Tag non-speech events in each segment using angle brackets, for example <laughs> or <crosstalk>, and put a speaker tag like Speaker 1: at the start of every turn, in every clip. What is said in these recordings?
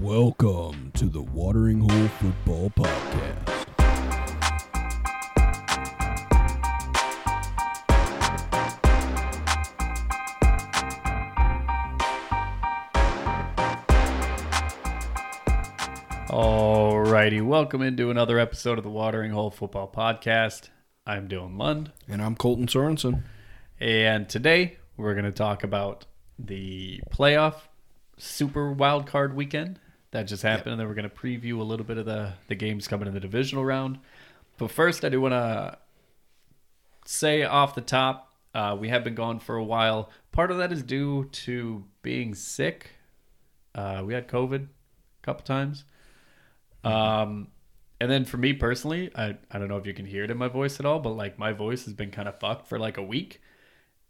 Speaker 1: Welcome to the Watering Hole Football Podcast.
Speaker 2: Alrighty, welcome into another episode of the Watering Hole Football Podcast. I'm Dylan Lund,
Speaker 1: And I'm Colton Sorensen.
Speaker 2: and today we're going to talk about the playoff Super Wild Card Weekend that just happened, and then we're going to preview a little bit of the the games coming in the divisional round. But first, I do want to say off the top, uh, we have been gone for a while. Part of that is due to being sick. Uh, we had COVID a couple times. Um, and then for me personally, I, I don't know if you can hear it in my voice at all, but like my voice has been kind of fucked for like a week.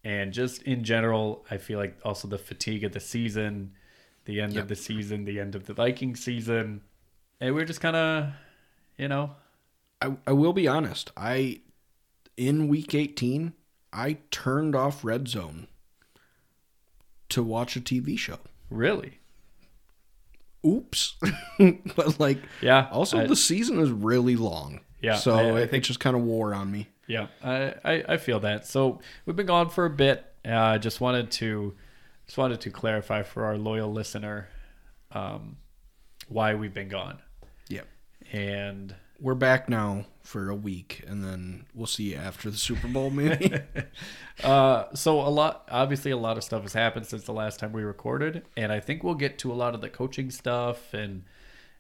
Speaker 2: And just in general, I feel like also the fatigue of the season, the end of the season, the end of the Viking season. And we're just kind of, you know,
Speaker 3: I, I will be honest. I in week 18, I turned off Red Zone to watch a TV show.
Speaker 2: really.
Speaker 3: Oops. but like
Speaker 2: Yeah.
Speaker 3: also
Speaker 2: I-
Speaker 3: the season is really long.
Speaker 2: Yeah,
Speaker 3: So
Speaker 2: I- I
Speaker 3: it, it just kind of wore on me.
Speaker 2: Yeah, I, I, I feel that. So we've been gone for a bit. Uh, just wanted to just wanted to clarify for our loyal listener um, why we've been gone.
Speaker 3: Yeah.
Speaker 2: And
Speaker 3: We're back now for a week and then we'll see you after the Super Bowl maybe.
Speaker 2: uh, so a lot, obviously, a lot of stuff has happened since the last time we recorded, and I think we'll get to a lot of the coaching stuff and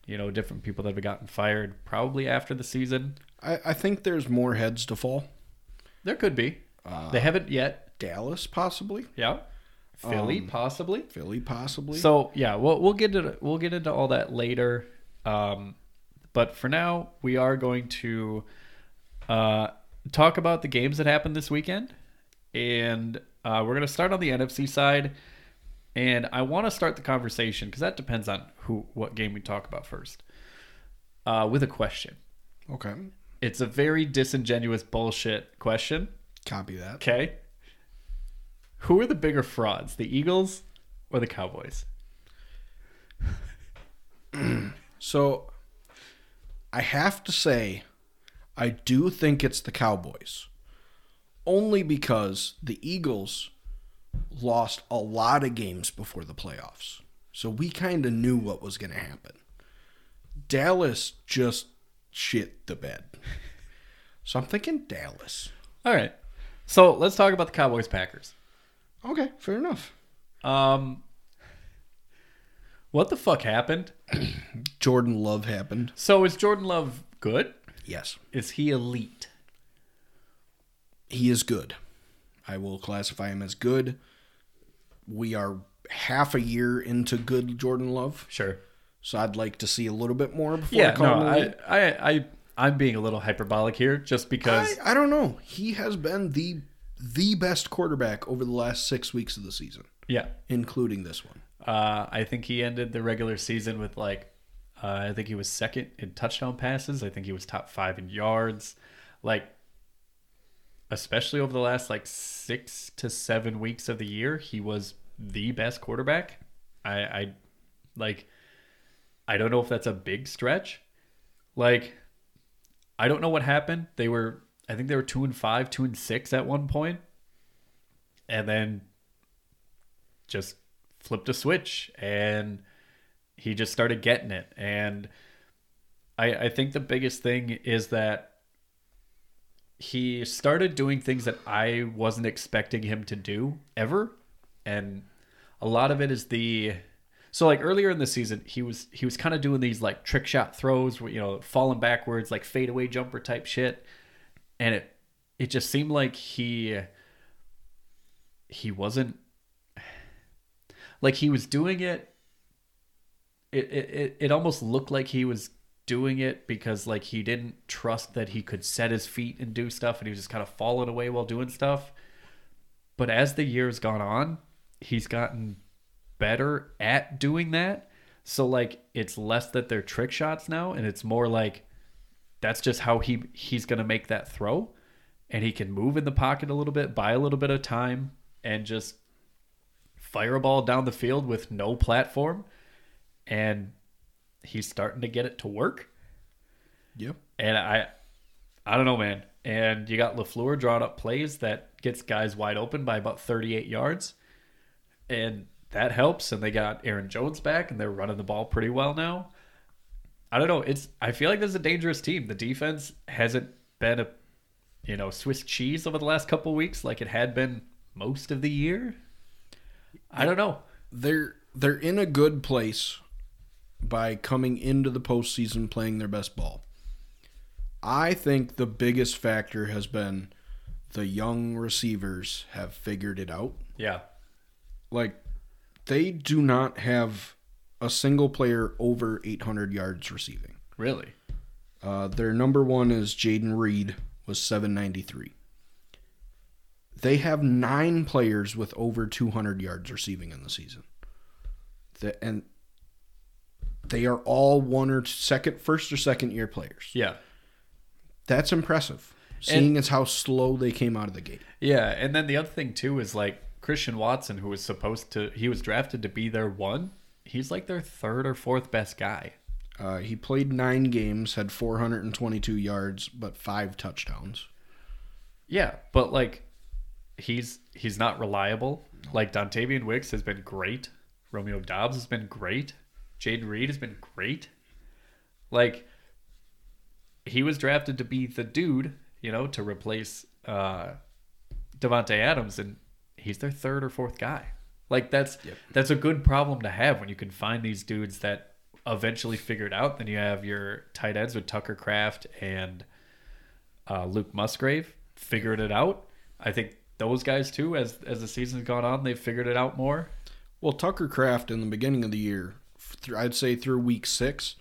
Speaker 2: you know different people that have gotten fired probably after the season.
Speaker 3: I, I think there's more heads to fall.
Speaker 2: There could be. they haven't yet.
Speaker 3: Dallas possibly,
Speaker 2: Yeah. Philly possibly.
Speaker 3: Philly possibly.
Speaker 2: So yeah, we'll we'll get into we'll get into all that later. Um, but for now, we are going to uh, talk about the games that happened this weekend, and uh, we're going to start on the NFC side. And I want to start the conversation because that depends on who what game we talk about first. Uh, with a question,
Speaker 3: okay.
Speaker 2: it's a very disingenuous bullshit question.
Speaker 3: Copy that.
Speaker 2: Okay, who are the bigger frauds, the Eagles or the Cowboys?
Speaker 3: So I have to say, I do think it's the Cowboys. Only because the Eagles lost a lot of games before the playoffs. So we kind of knew what was going to happen. Dallas just shit the bed. So I'm thinking Dallas.
Speaker 2: All right. So let's talk about the Cowboys Packers.
Speaker 3: Okay, fair enough.
Speaker 2: Um, what the fuck happened?
Speaker 3: Jordan Love happened.
Speaker 2: So is Jordan Love good?
Speaker 3: Yes.
Speaker 2: Is he elite?
Speaker 3: he is good. I will classify him as good. We are half a year into good Jordan Love,
Speaker 2: Sure.
Speaker 3: so I'd like to see a little bit more before
Speaker 2: Yeah.
Speaker 3: I
Speaker 2: No,
Speaker 3: call him
Speaker 2: I,
Speaker 3: elite.
Speaker 2: I, I, I'm being a little hyperbolic here, just because.
Speaker 3: I, I don't know. He has been the the best quarterback over the last six weeks of the season,
Speaker 2: yeah.
Speaker 3: including this one.
Speaker 2: Uh, I think he ended the regular season with like, uh, I think he was second in touchdown passes. I think he was top five in yards. Like, especially over the last like six to seven weeks of the year, he was the best quarterback. I, I like, I don't know if that's a big stretch. Like, I don't know what happened. They were, I think they were two and five, two and six at one point, and then just flipped a switch and he just started getting it. And I, I think the biggest thing is that he started doing things that I wasn't expecting him to do ever. And a lot of it is the so like earlier in the season he was he was kind of doing these like trick shot throws where, you know falling backwards like fadeaway jumper type shit and it it just seemed like he he wasn't like he was doing it it, it it- it almost looked like he was doing it because like he didn't trust that he could set his feet and do stuff and he was just kind of falling away while doing stuff but as the year's gone on he's gotten better at doing that so like it's less that they're trick shots now and it's more like that's just how he he's going to make that throw and he can move in the pocket a little bit buy a little bit of time and just fireball down the field with no platform and he's starting to get it to work.
Speaker 3: Yep.
Speaker 2: And I, I don't know, man. And you got Lafleur drawing up plays that gets guys wide open by about 38 yards, and that helps. And they got Aaron Jones back, and they're running the ball pretty well now. I don't know. It's I feel like this is a dangerous team. The defense hasn't been a, you know, Swiss cheese over the last couple weeks like it had been most of the year. I don't know.
Speaker 3: They're they're in a good place by coming into the postseason playing their best ball. I think the biggest factor has been the young receivers have figured it out.
Speaker 2: Yeah.
Speaker 3: Like they do not have a single player over 800 yards receiving.
Speaker 2: Really?
Speaker 3: Uh, their number one is Jaden Reed was 793. They have nine players with over 200 yards receiving in the season. The, and they are all one or second, first or second year players.
Speaker 2: Yeah.
Speaker 3: That's impressive, seeing as how slow they came out of the gate.
Speaker 2: Yeah, and then the other thing too is like Christian Watson, who was supposed to he was drafted to be their one. He's like their third or fourth best guy.
Speaker 3: Uh, he played nine games, had 422 yards, but five touchdowns.
Speaker 2: Yeah, but like he's he's not reliable. Like Dontavian Wicks has been great. Romeo Dobbs has been great. Jaden Reed has been great. Like he was drafted to be the dude, you know, to replace uh Devontae Adams and he's their third or fourth guy. Like that's that's a good problem to have when you can find these dudes that eventually figure it out. Then you have your tight ends with Tucker Craft and uh, Luke Musgrave figured it out. I think those guys too, as as the season's gone on, they've figured it out more.
Speaker 3: Well, Tucker Craft in the beginning of the year, through, I'd say through week six,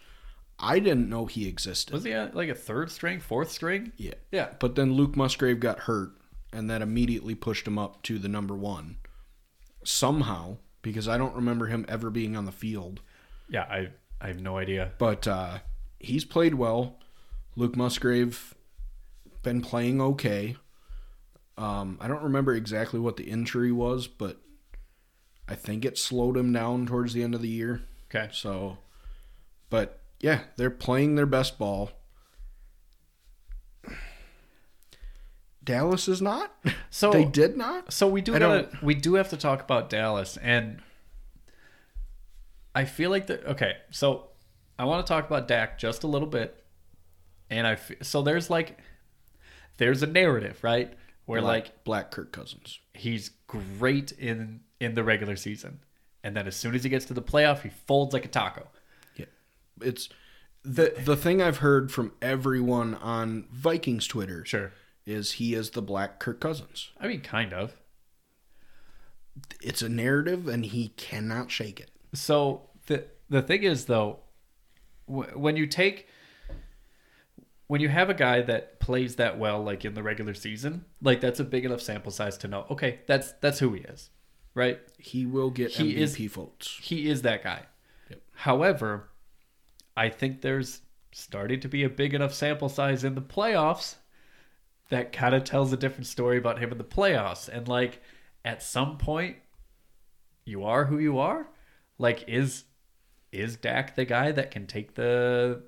Speaker 3: I didn't know he existed.
Speaker 2: Was he at, like a third string, fourth string?
Speaker 3: Yeah.
Speaker 2: Yeah,
Speaker 3: But then Luke Musgrave got hurt, and that immediately pushed him up to the number one somehow, because I don't remember him ever being on the field.
Speaker 2: yeah. I I have no idea.
Speaker 3: But uh, he's played well. Luke Musgrave been playing okay. Um, I don't remember exactly what the injury was, but I think it slowed him down towards the end of the year.
Speaker 2: Okay.
Speaker 3: So, but yeah, they're playing their best ball. Dallas is
Speaker 2: <laughs>
Speaker 3: not.
Speaker 2: So
Speaker 3: they did not.
Speaker 2: So we do
Speaker 3: I
Speaker 2: gotta, we do have to talk about Dallas, and I feel like the okay. So I want to talk about Dak just a little bit, and I f- so there's like there's a narrative right where like
Speaker 3: Black Kirk Cousins.
Speaker 2: he's great in in the regular season, and then as soon as he gets to the playoff, he folds like a taco.
Speaker 3: Yeah, it's the the thing I've heard from everyone on Vikings Twitter
Speaker 2: Sure,
Speaker 3: is he is the Black Kirk Cousins.
Speaker 2: I mean kind of.
Speaker 3: It's a narrative, and he cannot shake it.
Speaker 2: So the the thing is though, wh- when you take when you have a guy that plays that well, like in the regular season, like that's a big enough sample size to know, okay, that's that's who he is, right?
Speaker 3: He will get
Speaker 2: He is-
Speaker 3: MVP votes.
Speaker 2: He is that guy. However, I think there's starting to be a big enough sample size in the playoffs that kind of tells a different story about him in the playoffs. And like at some point, you are who you are. Like is is Dak the guy that can take the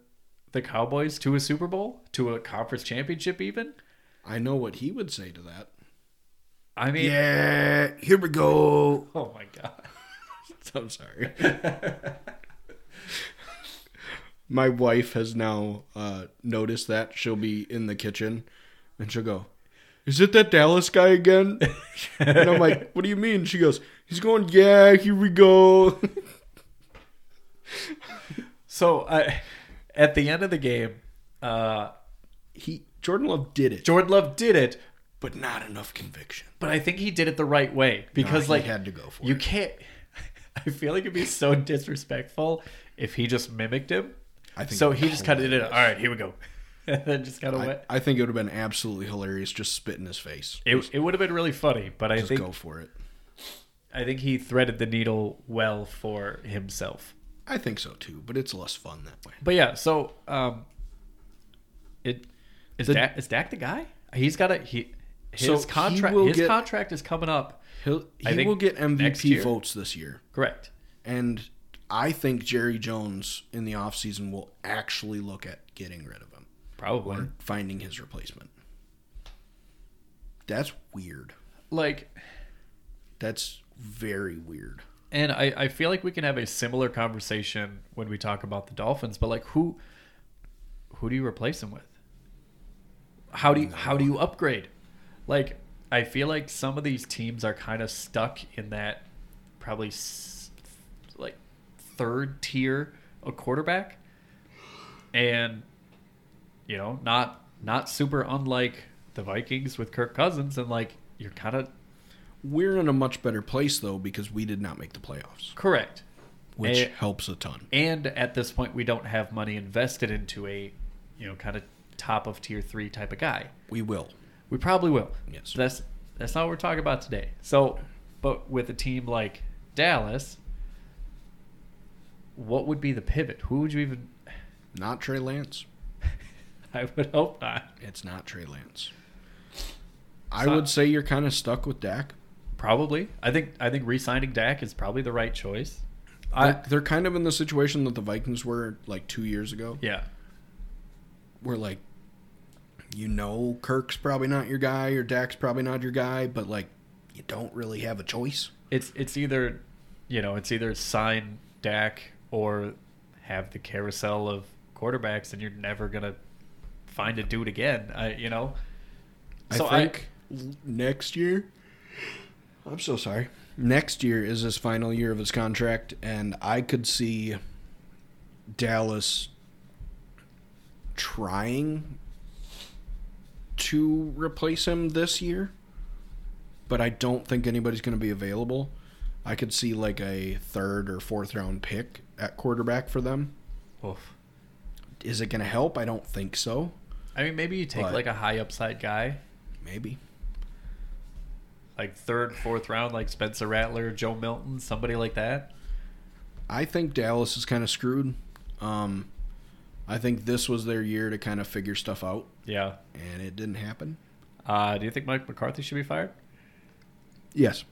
Speaker 2: the Cowboys to a Super Bowl, to a conference championship even?
Speaker 3: I know what he would say to that.
Speaker 2: I mean,
Speaker 3: Yeah, here we go.
Speaker 2: <laughs> oh my god.
Speaker 3: <laughs> I'm sorry. My wife has now uh, noticed that she'll be in the kitchen, and she'll go, "Is it that Dallas guy again?" and I'm like, "What do you mean?" She goes, "He's going, yeah, here we go." <laughs>
Speaker 2: So, I at the end of the game, uh
Speaker 3: he Jordan Love did it,
Speaker 2: Jordan Love did it,
Speaker 3: but not enough conviction.
Speaker 2: but I think he did it the right way because
Speaker 3: No, he
Speaker 2: like
Speaker 3: had to go for
Speaker 2: you
Speaker 3: it.
Speaker 2: can't. <laughs> I feel like it'd be so disrespectful if he just mimicked him.
Speaker 3: I think
Speaker 2: so.
Speaker 3: it
Speaker 2: He
Speaker 3: was
Speaker 2: just kind of did it. All right, here we go, <laughs> and then just kind of
Speaker 3: I,
Speaker 2: went.
Speaker 3: I think it would have been absolutely hilarious just spit in his face.
Speaker 2: It, it would have been really funny, but I
Speaker 3: Just
Speaker 2: think
Speaker 3: go for it.
Speaker 2: I think he threaded the needle well for himself.
Speaker 3: I think so too, but it's less fun that way.
Speaker 2: But yeah, so um, it is Dak is Dak the guy? He's got a he. His
Speaker 3: So he
Speaker 2: contract
Speaker 3: will
Speaker 2: his
Speaker 3: get-
Speaker 2: contract is coming up.
Speaker 3: He'll
Speaker 2: I
Speaker 3: he
Speaker 2: think
Speaker 3: will get
Speaker 2: next year-
Speaker 3: MVP votes this year.
Speaker 2: Correct.
Speaker 3: and I think Jerry Jones in the offseason will actually look at getting rid of him
Speaker 2: Probably.
Speaker 3: or finding his replacement. That's weird.
Speaker 2: Like,
Speaker 3: That's very weird.
Speaker 2: and I, I feel like we can have a similar conversation when we talk about the Dolphins, but like who who do you replace him with? How do you how do you upgrade? Like I feel like some of these teams are kind of stuck in that probably s- like third tier a quarterback and you know, not not super unlike the Vikings with Kirk Cousins and like you're kind of
Speaker 3: We're in a much better place though because we did not make the playoffs,
Speaker 2: correct.
Speaker 3: which
Speaker 2: Eh.
Speaker 3: helps a ton.
Speaker 2: and at this point we don't have money invested into a you know kind of top of tier three type of guy
Speaker 3: We will.
Speaker 2: we probably will
Speaker 3: Yes.
Speaker 2: that's that's not what we're talking about today so but with a team like dallas what would be the pivot who would you even <laughs>
Speaker 3: Not Trey Lance.
Speaker 2: i would hope not
Speaker 3: It's not Trey Lance. I
Speaker 2: So-
Speaker 3: would say you're kind of stuck with Dak.
Speaker 2: probably i think i think re-signing dak is probably the right choice
Speaker 3: They're, they're kind of in the situation that the Vikings were like two years ago,
Speaker 2: yeah
Speaker 3: where like, you know, Kirk's probably not your guy or Dak's probably not your guy, but like, you don't really have a choice.
Speaker 2: it's it's either you know it's either sign Dak or have the carousel of quarterbacks and you're never gonna find a dude again I, you know So
Speaker 3: I
Speaker 2: I-
Speaker 3: think l- next year. I'm so sorry. Next year is his final year of his contract, and I could see Dallas trying to replace him this year, but I don't think anybody's going to be available. I could see like a third or fourth round pick at quarterback for them.
Speaker 2: oof.
Speaker 3: Is it going to help? I don't think so.
Speaker 2: I mean maybe you take
Speaker 3: But-
Speaker 2: like a high upside guy
Speaker 3: Maybe.
Speaker 2: like third fourth round like Spencer Rattler Joe Milton somebody like that
Speaker 3: I think Dallas is kind of screwed. Um, I think this was their year to kind of figure stuff out,
Speaker 2: yeah
Speaker 3: and it didn't happen.
Speaker 2: uh, do you think Mike McCarthy should be fired
Speaker 3: Yes,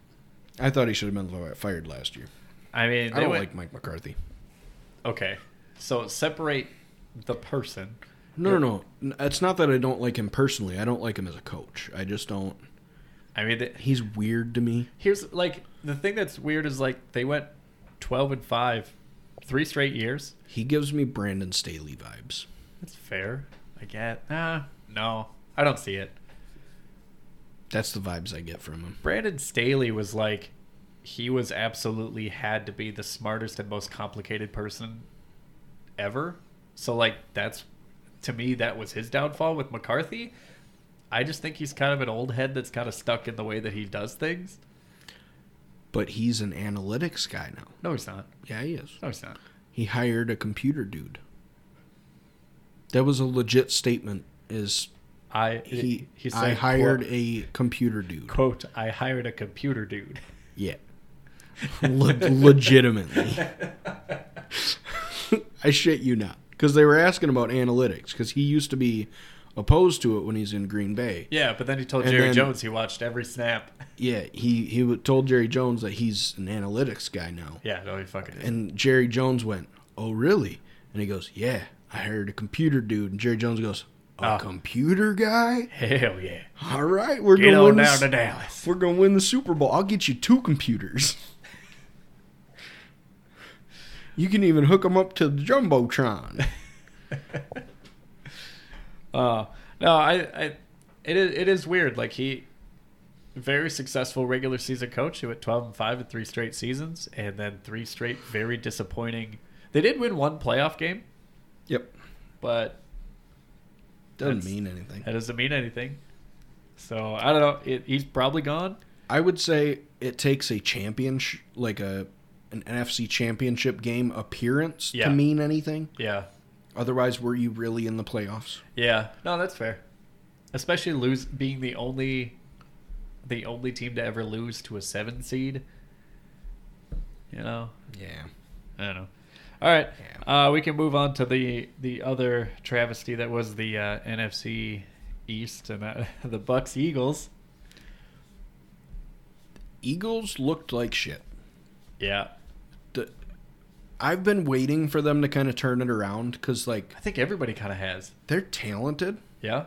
Speaker 3: I thought he should have been li- fired last year.
Speaker 2: I mean
Speaker 3: I
Speaker 2: they
Speaker 3: don't
Speaker 2: went,
Speaker 3: like Mike McCarthy.
Speaker 2: okay so separate the person
Speaker 3: No, no, no. It's not that I don't like him personally. I don't like him as a coach. I just don't.
Speaker 2: I mean the,
Speaker 3: He's weird to me.
Speaker 2: here's like the thing that's weird is like they went 12 and 5 three straight years
Speaker 3: He gives me Brandon Staley vibes.
Speaker 2: that's fair i get nah no i don't see it
Speaker 3: That's the vibes I get from him.
Speaker 2: brandon staley was like he was absolutely had to be the smartest and most complicated person ever so like that's to me that was his downfall with mccarthy i just think he's kind of an old head that's kind of stuck in the way that he does things
Speaker 3: But he's an analytics guy now.
Speaker 2: no he's not
Speaker 3: Yeah, he is.
Speaker 2: no he's not
Speaker 3: He hired a computer dude. That was a legit statement. Is
Speaker 2: i
Speaker 3: he,
Speaker 2: he said,
Speaker 3: I hired
Speaker 2: quote,
Speaker 3: a computer dude.
Speaker 2: quote i hired a computer dude
Speaker 3: Yeah. <laughs> Le- legitimately. I shit you not. Because they were asking about analytics, because he used to be opposed to it when he's in Green Bay.
Speaker 2: <laughs> Yeah, but then he told
Speaker 3: And
Speaker 2: Jerry
Speaker 3: then-
Speaker 2: Jones he watched every snap.
Speaker 3: Yeah, he, he w- told Jerry Jones that he's an analytics guy now.
Speaker 2: Yeah, no, he fucking is.
Speaker 3: And Jerry Jones went, Oh, really? And he goes, Yeah, I hired a computer dude. And Jerry Jones goes, A
Speaker 2: Oh.
Speaker 3: computer guy?
Speaker 2: Hell yeah.
Speaker 3: All right, we're
Speaker 2: Get
Speaker 3: going
Speaker 2: on
Speaker 3: win
Speaker 2: down
Speaker 3: this-
Speaker 2: to Dallas. <laughs>
Speaker 3: We're gonna win the Super Bowl. I'll get you two computers. you can even hook them up to the jumbotron.
Speaker 2: Uh, no, I, I, it is, it is weird. Like he, very successful regular season coach who at twelve and five in three straight seasons, and then three straight very disappointing. They did win one playoff game,
Speaker 3: Yep,
Speaker 2: but
Speaker 3: doesn't
Speaker 2: That's-
Speaker 3: mean anything.
Speaker 2: that doesn't mean anything. So I don't know. It, he's probably gone.
Speaker 3: I would say it takes a championship, like a an NFC Championship game appearance,
Speaker 2: Yeah.
Speaker 3: to mean anything.
Speaker 2: Yeah,
Speaker 3: Otherwise, were you really in the playoffs?
Speaker 2: Yeah, no, that's fair. Especially lose being the only, the only team to ever lose to a seven seed. You know,
Speaker 3: Yeah.
Speaker 2: I don't know. All right, uh, we can move on to the the other travesty that was the uh, NFC East and uh, <laughs> the Bucks Eagles.
Speaker 3: Eagles looked like shit.
Speaker 2: Yeah,
Speaker 3: The- I've been waiting for them to kind of turn it around because like
Speaker 2: I think everybody kind of has.
Speaker 3: they're talented,
Speaker 2: Yeah.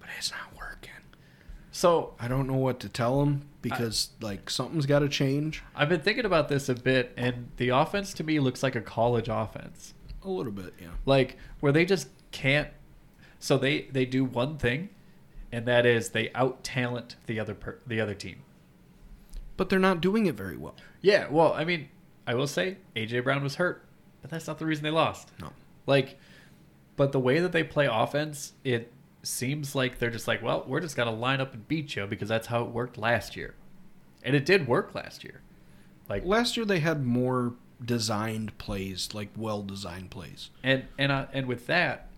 Speaker 3: but it's not working.
Speaker 2: So
Speaker 3: I don't know what to tell them because like something's got to change
Speaker 2: I've been thinking about this a bit, and the offense to me looks like a college offense.
Speaker 3: a little bit. Yeah,
Speaker 2: like where they just can't so they they do one thing and that is they out talent the other per, the other team
Speaker 3: but they're not doing it very well.
Speaker 2: yeah well i mean i will say aj brown was hurt but that's not the reason they lost
Speaker 3: No.
Speaker 2: like but the way that they play offense it seems like they're just like well we're just gonna line up and beat you because that's how it worked last year and it did work last year like
Speaker 3: Last year they had more designed plays, like well designed plays.
Speaker 2: And and uh, and with that,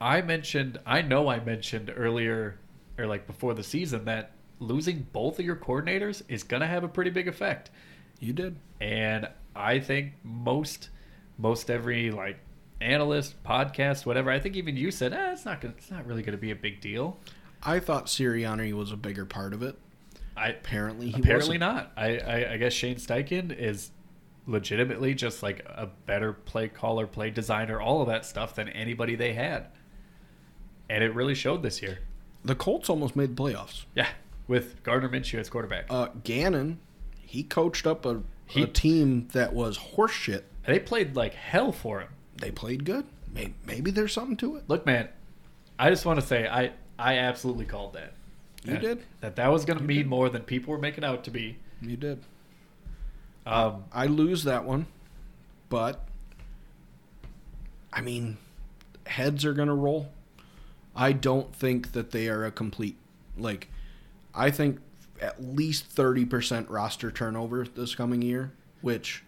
Speaker 2: I mentioned I know I mentioned earlier or like before the season that losing both of your coordinators is going to have a pretty big effect.
Speaker 3: You did.
Speaker 2: And I think most most every like analyst, podcast, whatever, I think even you said, "Ah, it's not gonna, it's not really going to be a big deal."
Speaker 3: I thought Sirianni was a bigger part of it.
Speaker 2: I
Speaker 3: Apparently, he
Speaker 2: apparently
Speaker 3: wasn't.
Speaker 2: not. I, I I guess Shane Steichen is legitimately just like a better play caller, play designer, all of that stuff than anybody they had. And it really showed this year.
Speaker 3: The Colts almost made the playoffs.
Speaker 2: Yeah, with Gardner Minshew as quarterback.
Speaker 3: Uh, Gannon, he coached up a,
Speaker 2: He-
Speaker 3: a team that was horseshit.
Speaker 2: they played like hell for him.
Speaker 3: They played good. Maybe, maybe there's something to it.
Speaker 2: Look, man, I just want to say I I absolutely called that.
Speaker 3: You
Speaker 2: That-
Speaker 3: did.
Speaker 2: That that was going to mean more than people were making out to be.
Speaker 3: You did.
Speaker 2: Um,
Speaker 3: I lose that one, but I mean, heads are gonna roll. I don't think that they are a complete like. I think at least thirty percent roster turnover this coming year, which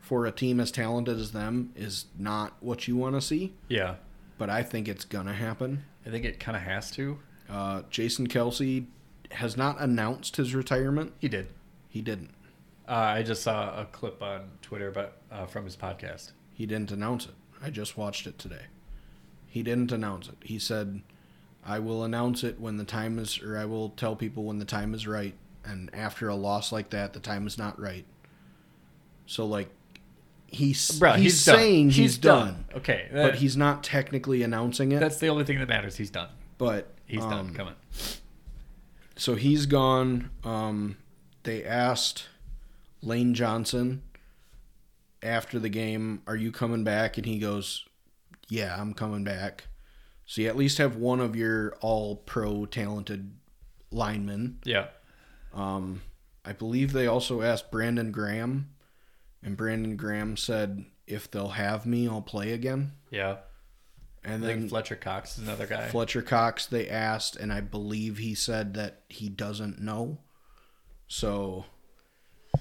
Speaker 3: for a team as talented as them is not what you want to see.
Speaker 2: yeah,
Speaker 3: But I think it's gonna happen.
Speaker 2: I think it kind of has to.
Speaker 3: Uh, Jason Kelsey has not announced his retirement.
Speaker 2: He did.
Speaker 3: He didn't.
Speaker 2: Uh, I just saw a clip on Twitter about uh, from his podcast.
Speaker 3: He didn't announce it. I just watched it today. He didn't announce it. He said, I will announce it when the time is, or I will tell people when the time is right. And after a loss like that, the time is not right. So, like, he's,
Speaker 2: Bro,
Speaker 3: he's, saying he's, done,
Speaker 2: Okay,
Speaker 3: but he's not technically announcing it.
Speaker 2: that's the only thing that matters. He's done.
Speaker 3: but
Speaker 2: He's
Speaker 3: um,
Speaker 2: done. Come on.
Speaker 3: so he's gone. Um, they asked Lane Johnson after the game, "Are you coming back?" And he goes, "Yeah, I'm coming back." So you at least have one of your all-pro talented linemen.
Speaker 2: Yeah.
Speaker 3: Um, I believe they also asked Brandon Graham, and Brandon Graham said, "If they'll have me, I'll play again."
Speaker 2: Yeah.
Speaker 3: And
Speaker 2: I think
Speaker 3: then
Speaker 2: Fletcher Cox is another guy.
Speaker 3: Fletcher Cox, they asked, and I believe he said that he doesn't know. So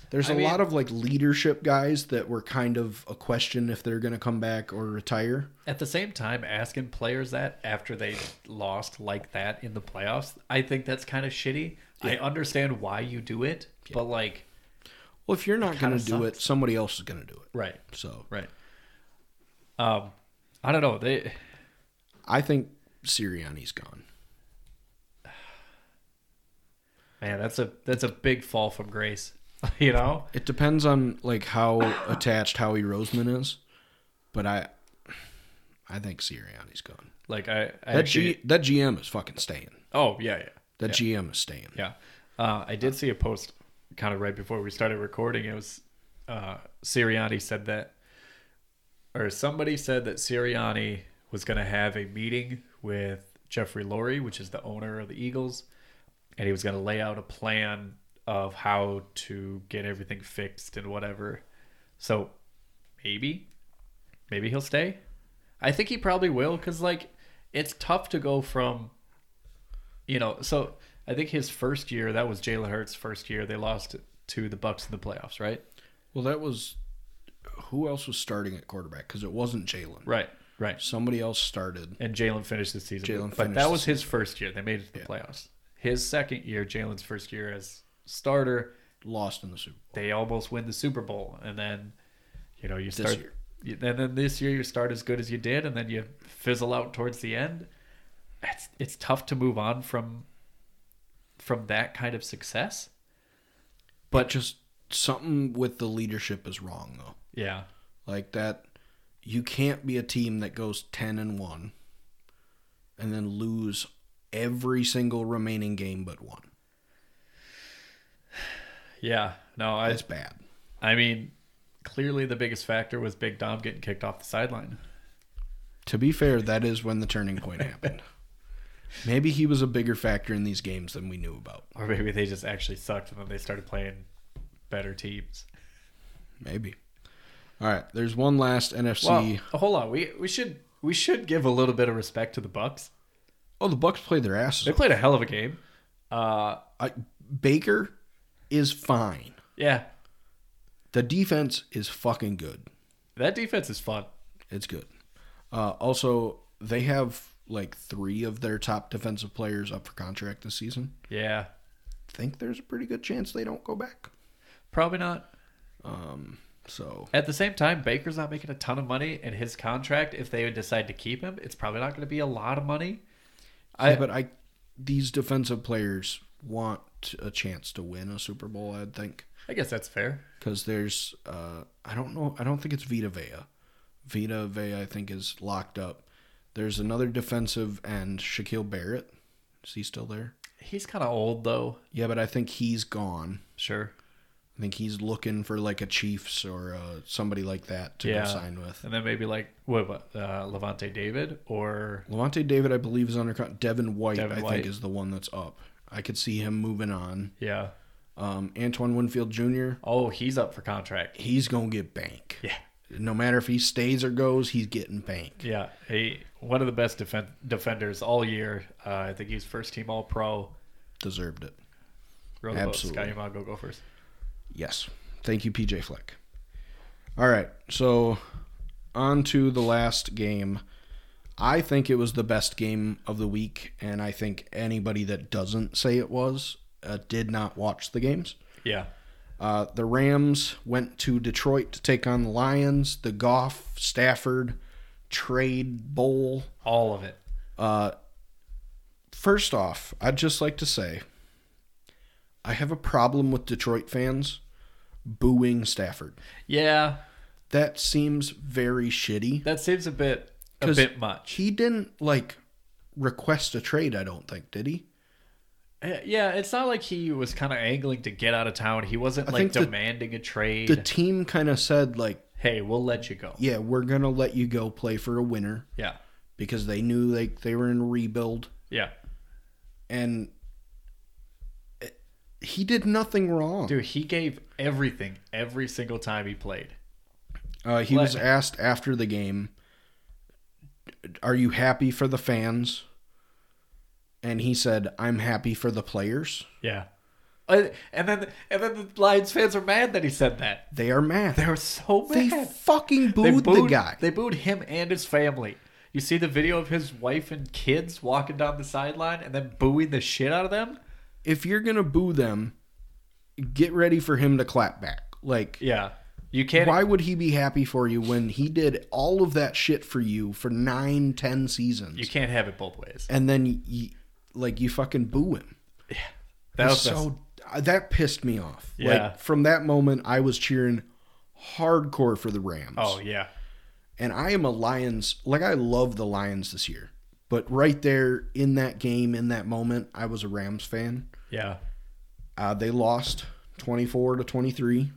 Speaker 3: there's
Speaker 2: I
Speaker 3: a
Speaker 2: mean-
Speaker 3: lot of like leadership guys that were kind of a question if they're going to come back or retire.
Speaker 2: At the same time, asking players that after they lost like that in the playoffs, I think that's kind of shitty. I understand why you do it, but like,
Speaker 3: Well, if you're not going
Speaker 2: kinda
Speaker 3: to do it, somebody else is going to do it.
Speaker 2: right,
Speaker 3: So
Speaker 2: right. Um, I don't know. They
Speaker 3: I think Sirianni's gone.
Speaker 2: man, that's a that's a big fall from grace. <laughs> You know,
Speaker 3: It depends on like how <coughs> attached Howie Roseman is, but I, I think Sirianni's gone.
Speaker 2: like I, I
Speaker 3: That
Speaker 2: actually-
Speaker 3: G, that GM is fucking staying.
Speaker 2: oh yeah, yeah.
Speaker 3: That GM is staying.
Speaker 2: Yeah. Uh, I did see a post kind of right before we started recording. It was uh, Sirianni said that, or somebody said that Sirianni was going to have a meeting with Jeffrey Lurie, which is the owner of the Eagles, and he was going to lay out a plan of how to get everything fixed and whatever. So maybe, maybe he'll stay. I think he probably will because, like, it's tough to go from you know, so I think his first year, that was Jalen Hurts' first year. They lost to the Bucks in the playoffs, right?
Speaker 3: Well, that was who else was starting at quarterback because it wasn't Jalen.
Speaker 2: Right, right.
Speaker 3: Somebody else started.
Speaker 2: And Jalen finished the season.
Speaker 3: Jalen
Speaker 2: but
Speaker 3: finished
Speaker 2: that
Speaker 3: the
Speaker 2: was his first year. They made it to the playoffs. His second year, Jalen's first year as starter,
Speaker 3: Lost in the Super Bowl.
Speaker 2: they almost win the Super Bowl. And then, you know, you start.
Speaker 3: year.
Speaker 2: you- And then this year, you start as good as you did, and then you fizzle out towards the end. It's, it's tough to move on from from that kind of success.
Speaker 3: But just something with the leadership is wrong though.
Speaker 2: Yeah.
Speaker 3: like that you can't be a team that goes 10 and 1 and then lose every single remaining game but one
Speaker 2: Yeah. No, I
Speaker 3: that's bad
Speaker 2: I mean, clearly the biggest factor was Big Dom getting kicked off the sideline.
Speaker 3: to be fair that is when the turning point happened <laughs> maybe he was a bigger factor in these games than we knew about
Speaker 2: Or maybe they just actually sucked and then they started playing better teams.
Speaker 3: maybe all right there's one last nfc
Speaker 2: Well, hold on. We we should we should give a little bit of respect to the Bucks.
Speaker 3: oh the bucks played their asses
Speaker 2: They
Speaker 3: off.
Speaker 2: played a hell of a game. Uh
Speaker 3: I, baker is fine
Speaker 2: yeah.
Speaker 3: the defense is fucking good
Speaker 2: That defense is fun.
Speaker 3: It's good. Uh, also, they have like three of their top defensive players up for contract this season.
Speaker 2: Yeah.
Speaker 3: Think there's a pretty good chance they don't go back. Um,
Speaker 2: Probably not.
Speaker 3: So
Speaker 2: At the same time, Baker's not making a ton of money, and his contract, if they decide to keep him, it's probably not going to be a lot of money. I-
Speaker 3: yeah, but I these defensive players want a chance to win a Super Bowl. I'd think
Speaker 2: I guess that's fair.
Speaker 3: because there's uh, I don't know I don't think it's Vita Vea. Vita Vea I think is locked up. There's another defensive and Shaquille Barrett. Is he still there?
Speaker 2: He's kind of old, though.
Speaker 3: Yeah, but I think he's gone.
Speaker 2: Sure.
Speaker 3: I think he's looking for like a Chiefs or uh, somebody like that to
Speaker 2: Yeah.
Speaker 3: go sign with.
Speaker 2: And then maybe like what, what uh, Levante David or
Speaker 3: Levante David, I believe, is under contract. Devin White,
Speaker 2: Devin
Speaker 3: I
Speaker 2: White.
Speaker 3: think, is the one that's up. I could see him moving on.
Speaker 2: yeah.
Speaker 3: Um, Antoine Winfield Jr.,
Speaker 2: Oh, he's up for contract.
Speaker 3: he's going to get bank.
Speaker 2: Yeah.
Speaker 3: No matter if he stays or goes, he's getting bank.
Speaker 2: Yeah, he one of the best defen defenders all year. Uh, I think he's first team All Pro.
Speaker 3: Deserved it.
Speaker 2: Row the boat,
Speaker 3: Absolutely.
Speaker 2: Scott Yamago, go first.
Speaker 3: Yes. Thank you, PJ Fleck. All right. So, on to the last game. I think it was the best game of the week, and I think anybody that doesn't say it was uh, did not watch the games.
Speaker 2: Yeah,
Speaker 3: Uh, the Rams went to Detroit to take on the Lions, the Goff Stafford trade bowl.
Speaker 2: all of it.
Speaker 3: Uh, First off, I'd just like to say I have a problem with Detroit fans booing Stafford.
Speaker 2: Yeah,
Speaker 3: That seems very shitty.
Speaker 2: that seems a bit a
Speaker 3: 'Cause
Speaker 2: bit much.
Speaker 3: He didn't like request a trade, I don't think, did he?
Speaker 2: Uh, Yeah, it's not like he was kind of angling to get out of town. He wasn't
Speaker 3: I
Speaker 2: like
Speaker 3: think the-
Speaker 2: demanding a trade.
Speaker 3: The team kind of said like,
Speaker 2: hey, we'll let you go.
Speaker 3: "Yeah, we're going to let you go play for a winner"
Speaker 2: Yeah,
Speaker 3: because they knew like they were in a rebuild
Speaker 2: yeah,
Speaker 3: and it- he did nothing wrong.
Speaker 2: dude, he gave everything every single time he played.
Speaker 3: Uh, he
Speaker 2: Let-
Speaker 3: was asked after the game, "Are you happy for the fans?" And he said, "I'm happy for the players."
Speaker 2: Yeah, Uh, and then and then the Lions fans are mad that he said that.
Speaker 3: They are mad.
Speaker 2: They were so
Speaker 3: They
Speaker 2: mad.
Speaker 3: fucking
Speaker 2: They
Speaker 3: booed, the guy.
Speaker 2: They booed him and his family. You see the video of his wife and kids walking down the sideline and then booing the shit out of them?
Speaker 3: if you're gonna boo them, get ready for him to clap back. Like,
Speaker 2: Yeah. You can't
Speaker 3: why would he be happy for you when he did all of that shit for you for nine, ten seasons,
Speaker 2: you can't have it both ways.
Speaker 3: and then you, like you fucking boo him?
Speaker 2: That was
Speaker 3: so uh, that pissed me off.
Speaker 2: Yeah.
Speaker 3: Like from that moment, I was cheering hardcore for the Rams.
Speaker 2: Oh yeah.
Speaker 3: and I am a Lions. Like I love the Lions this year, but right there in that game, in that moment, I was a Rams fan.
Speaker 2: Yeah.
Speaker 3: Uh, they lost twenty four to twenty three.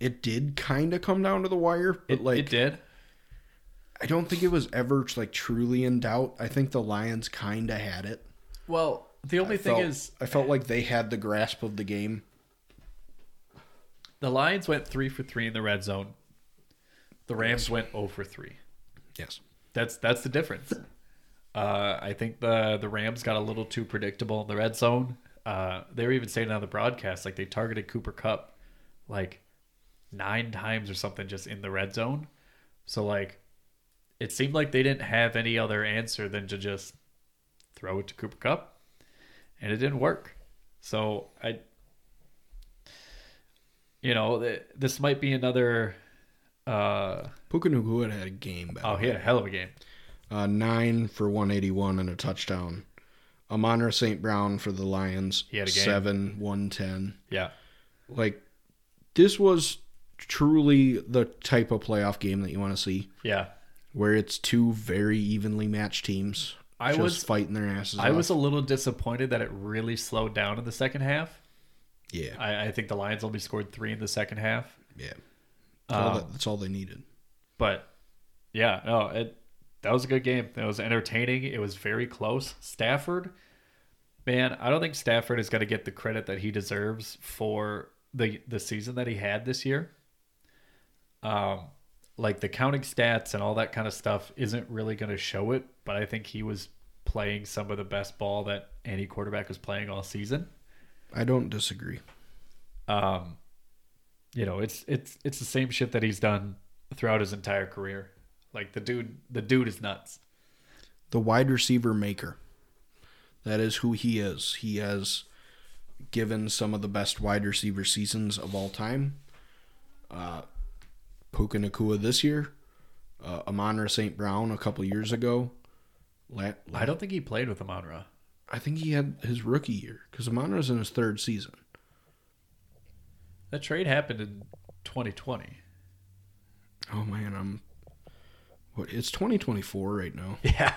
Speaker 3: It did kind of come down to the wire, but
Speaker 2: It,
Speaker 3: like
Speaker 2: it did.
Speaker 3: I don't think it was ever like truly in doubt. I think the Lions kind of had it.
Speaker 2: Well, the only thing
Speaker 3: Felt-
Speaker 2: is
Speaker 3: I felt like they had the grasp of the game.
Speaker 2: the Lions went three for three in the red zone. The Rams went 0 for three.
Speaker 3: Yes.
Speaker 2: That's that's the difference. Uh, I think the the Rams got a little too predictable in the red zone. Uh, they were even saying on the broadcast like they targeted Cooper Cup like nine times or something just in the red zone. So like it seemed like they didn't have any other answer than to just throw it to Cooper Cup, and it didn't work. So I, you know, th- this might be another. Uh,
Speaker 3: Puka Nacua had a game back.
Speaker 2: oh, he had a hell of a game.
Speaker 3: uh, nine for 181 and a touchdown. Amonra St. Brown for the Lions,
Speaker 2: He had a game.
Speaker 3: seven, 110.
Speaker 2: Yeah.
Speaker 3: Like, this was truly the type of playoff game that you want to see,
Speaker 2: Yeah.
Speaker 3: where it's two very evenly matched teams
Speaker 2: I
Speaker 3: just
Speaker 2: was-
Speaker 3: fighting their asses
Speaker 2: I
Speaker 3: off.
Speaker 2: was a little disappointed that it really slowed down in the second half.
Speaker 3: yeah,
Speaker 2: I, I think the Lions only scored three in the second half.
Speaker 3: yeah. That's, all
Speaker 2: Um,
Speaker 3: that- that's all they needed.
Speaker 2: But yeah, no, it that was a good game. It was entertaining. It was very close. Stafford, man, I don't think Stafford is going to get the credit that he deserves for the the season that he had this year. Um, like the counting stats and all that kind of stuff isn't really going to show it, but I think he was playing some of the best ball that any quarterback was playing all season.
Speaker 3: I don't disagree.
Speaker 2: um, you know, it's it's it's the same shit that he's done throughout his entire career. Like the dude, the dude is nuts.
Speaker 3: the wide receiver maker. That is who he is. He has given some of the best wide receiver seasons of all time. Uh, Puka Nakua this year, uh, Amonra St. Brown a couple years ago. La-
Speaker 2: I don't think he played with Amonra.
Speaker 3: I think he had his rookie year because Amonra's in his third season.
Speaker 2: That trade happened in 2020.
Speaker 3: Oh man, I'm. What it's 2024 right now.
Speaker 2: <laughs> Yeah,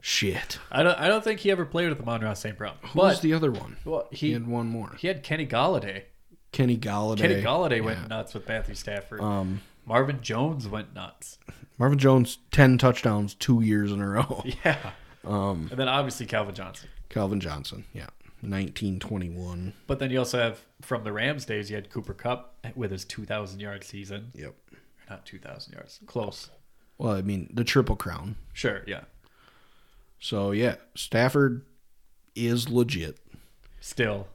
Speaker 3: Shit.
Speaker 2: I don't I don't think he ever played with Amonra St. Brown.
Speaker 3: Who was
Speaker 2: But
Speaker 3: the other one?
Speaker 2: well,
Speaker 3: He
Speaker 2: he
Speaker 3: had one more.
Speaker 2: he had Kenny Galladay.
Speaker 3: Kenny Galladay.
Speaker 2: Kenny Galladay went nuts with Matthew Stafford.
Speaker 3: Um,
Speaker 2: Marvin Jones went nuts.
Speaker 3: Marvin Jones, 10 touchdowns two years in a row.
Speaker 2: <laughs> <laughs> Yeah. Um, and then obviously Calvin Johnson.
Speaker 3: Calvin Johnson, yeah. 1921.
Speaker 2: But then you also have from the Rams days, you had Cooper Cup with his 2,000 yard season.
Speaker 3: Yep.
Speaker 2: Not 2,000 yards. Close.
Speaker 3: Well, I mean, the Triple Crown.
Speaker 2: Sure, yeah.
Speaker 3: So, yeah, Stafford is legit.
Speaker 2: Still,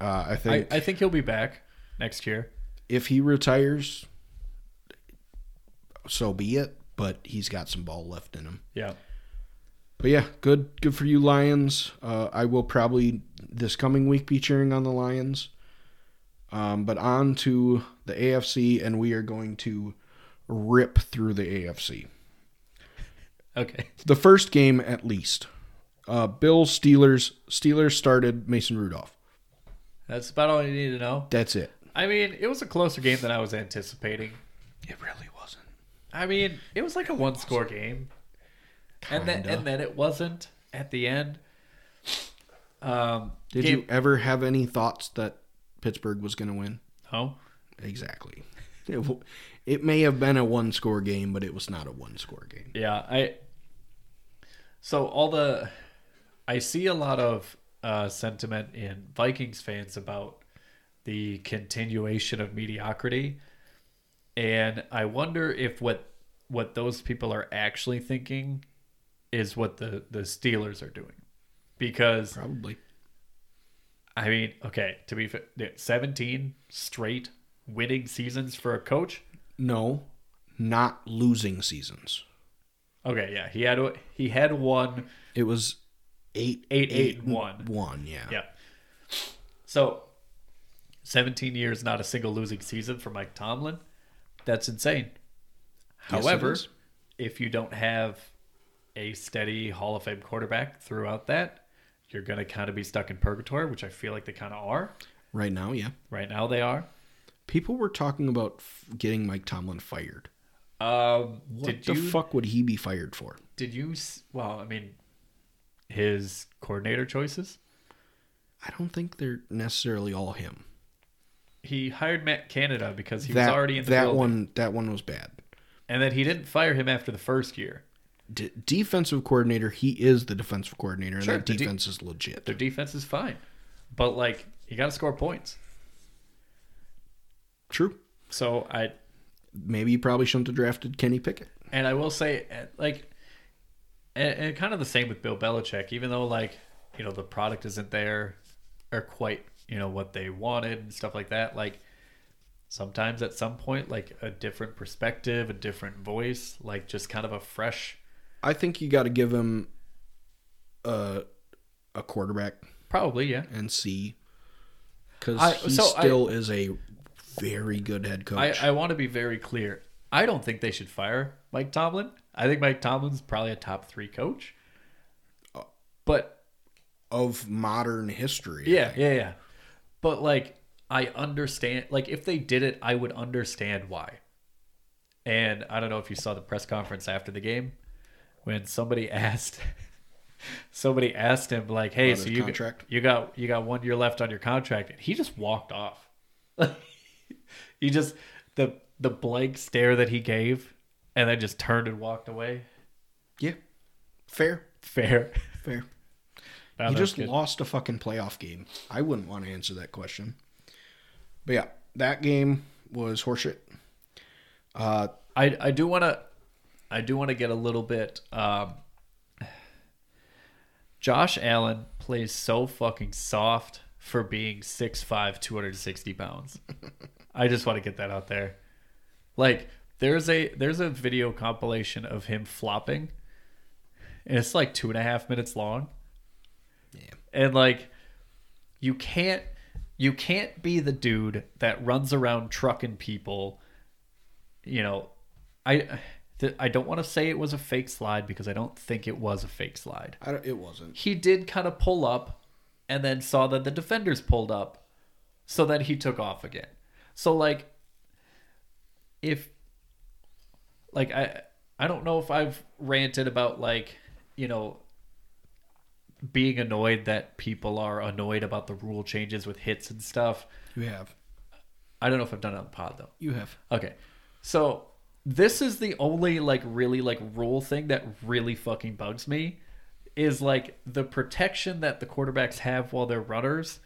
Speaker 3: Uh, I
Speaker 2: I,
Speaker 3: think
Speaker 2: I think he'll be back next year.
Speaker 3: if he retires, so be it, but he's got some ball left in him.
Speaker 2: Yeah,
Speaker 3: But yeah, good good for you Lions. Uh, I will probably this coming week be cheering on the Lions. Um, but on to the AFC and we are going to rip through the AFC.
Speaker 2: okay. <laughs>
Speaker 3: the first game at least. Uh, Bill Steelers Steelers started Mason Rudolph.
Speaker 2: That's about all you need to know.
Speaker 3: That's it.
Speaker 2: I mean, it was a closer game than I was anticipating.
Speaker 3: It really wasn't.
Speaker 2: I mean, it was like a one score game. And then,
Speaker 3: Kinda.
Speaker 2: and then it wasn't at the end. Um,
Speaker 3: Did
Speaker 2: game-
Speaker 3: you ever have any thoughts that Pittsburgh was going to win?
Speaker 2: Oh,
Speaker 3: Exactly. <laughs> It, w- it may have been a one score game, but it was not a one score game.
Speaker 2: Yeah, I. So all the, I see a lot of uh, sentiment in Vikings fans about the continuation of mediocrity, and I wonder if what what those people are actually thinking is what the the Steelers are doing, because
Speaker 3: Probably.
Speaker 2: I mean, okay, to be fair, seventeen straight winning seasons for a coach.
Speaker 3: No, not losing seasons.
Speaker 2: Okay, yeah, he had he had one.
Speaker 3: It was eight,
Speaker 2: Eight, eight, one.
Speaker 3: one. Yeah.
Speaker 2: Yeah. So, 17 years, not a single losing season for Mike Tomlin. That's insane.
Speaker 3: Yes, it
Speaker 2: However,
Speaker 3: is.
Speaker 2: if you don't have a steady Hall of Fame quarterback throughout that, you're going to kind of be stuck in purgatory, which I feel like they kind of are.
Speaker 3: Right now, yeah.
Speaker 2: Right now, they are.
Speaker 3: People were talking about f- getting Mike Tomlin fired.
Speaker 2: Um,
Speaker 3: What
Speaker 2: did
Speaker 3: the
Speaker 2: you?
Speaker 3: fuck would he be fired for?
Speaker 2: Did you? s- Well, I mean, his coordinator choices.
Speaker 3: I don't think they're necessarily all him.
Speaker 2: He hired Matt Canada because he
Speaker 3: that
Speaker 2: was already in the
Speaker 3: that
Speaker 2: building.
Speaker 3: one that one was bad.
Speaker 2: and then he didn't fire him after the first year.
Speaker 3: D- defensive coordinator, he is the defensive coordinator, and
Speaker 2: Sure,
Speaker 3: that
Speaker 2: the de-
Speaker 3: defense is legit.
Speaker 2: Their defense is fine, but like you got to score points.
Speaker 3: True.
Speaker 2: So I
Speaker 3: Maybe you probably shouldn't have drafted Kenny Pickett.
Speaker 2: and I will say eh, like and, and kind of the same with Bill Belichick, even though like you know the product isn't there or quite you know what they wanted and stuff like that. Like sometimes at some point, like a different perspective, a different voice, like just kind of a fresh
Speaker 3: I think you got to give him a a quarterback
Speaker 2: probably yeah.
Speaker 3: and see because
Speaker 2: I-
Speaker 3: he
Speaker 2: so I-
Speaker 3: still is a very good head
Speaker 2: I,
Speaker 3: coach.
Speaker 2: I want to be very clear. I don't think they should fire Mike Tomlin. I think Mike Tomlin's probably a top three coach. But
Speaker 3: of modern history. I
Speaker 2: Yeah,
Speaker 3: think.
Speaker 2: yeah, yeah. But like, I understand. Like, if they did it, I would understand why. And I don't know if you saw the press conference after the game when somebody <laughs> asked, somebody asked him like, "Hey,
Speaker 3: About
Speaker 2: so
Speaker 3: his
Speaker 2: you
Speaker 3: contract?
Speaker 2: you got you got one year left on your contract," and he just walked off. <laughs> he just the the blank stare that he gave, and then just turned and walked away. <laughs>
Speaker 3: Yeah. Fair.
Speaker 2: Fair.
Speaker 3: Fair.
Speaker 2: No,
Speaker 3: you
Speaker 2: that's
Speaker 3: just
Speaker 2: good.
Speaker 3: lost a fucking playoff game. I wouldn't want to answer that question. But yeah, that game was horseshit. Uh,
Speaker 2: I I do want to I do want to get a little bit um Josh Allen plays so fucking soft for being 6'5 260 pounds. I just want to get that out there. Like there's a there's a video compilation of him flopping and it's like two and a half minutes long.
Speaker 3: Yeah.
Speaker 2: And like you can't you can't be the dude that runs around trucking people you know, I th- I don't want to say it was a fake slide because I don't think it was a fake slide.
Speaker 3: I don't, it wasn't.
Speaker 2: He did kind of pull up and then saw that the defenders pulled up so that he took off again. So like if like I I don't know if I've ranted about like, you know, being annoyed that people are annoyed about the rule changes with hits and stuff.
Speaker 3: You have.
Speaker 2: I don't know if I've done it on the pod though.
Speaker 3: You have.
Speaker 2: Okay. So this is the only like really like rule thing that really fucking bugs me is like the protection that the quarterbacks have while they're runners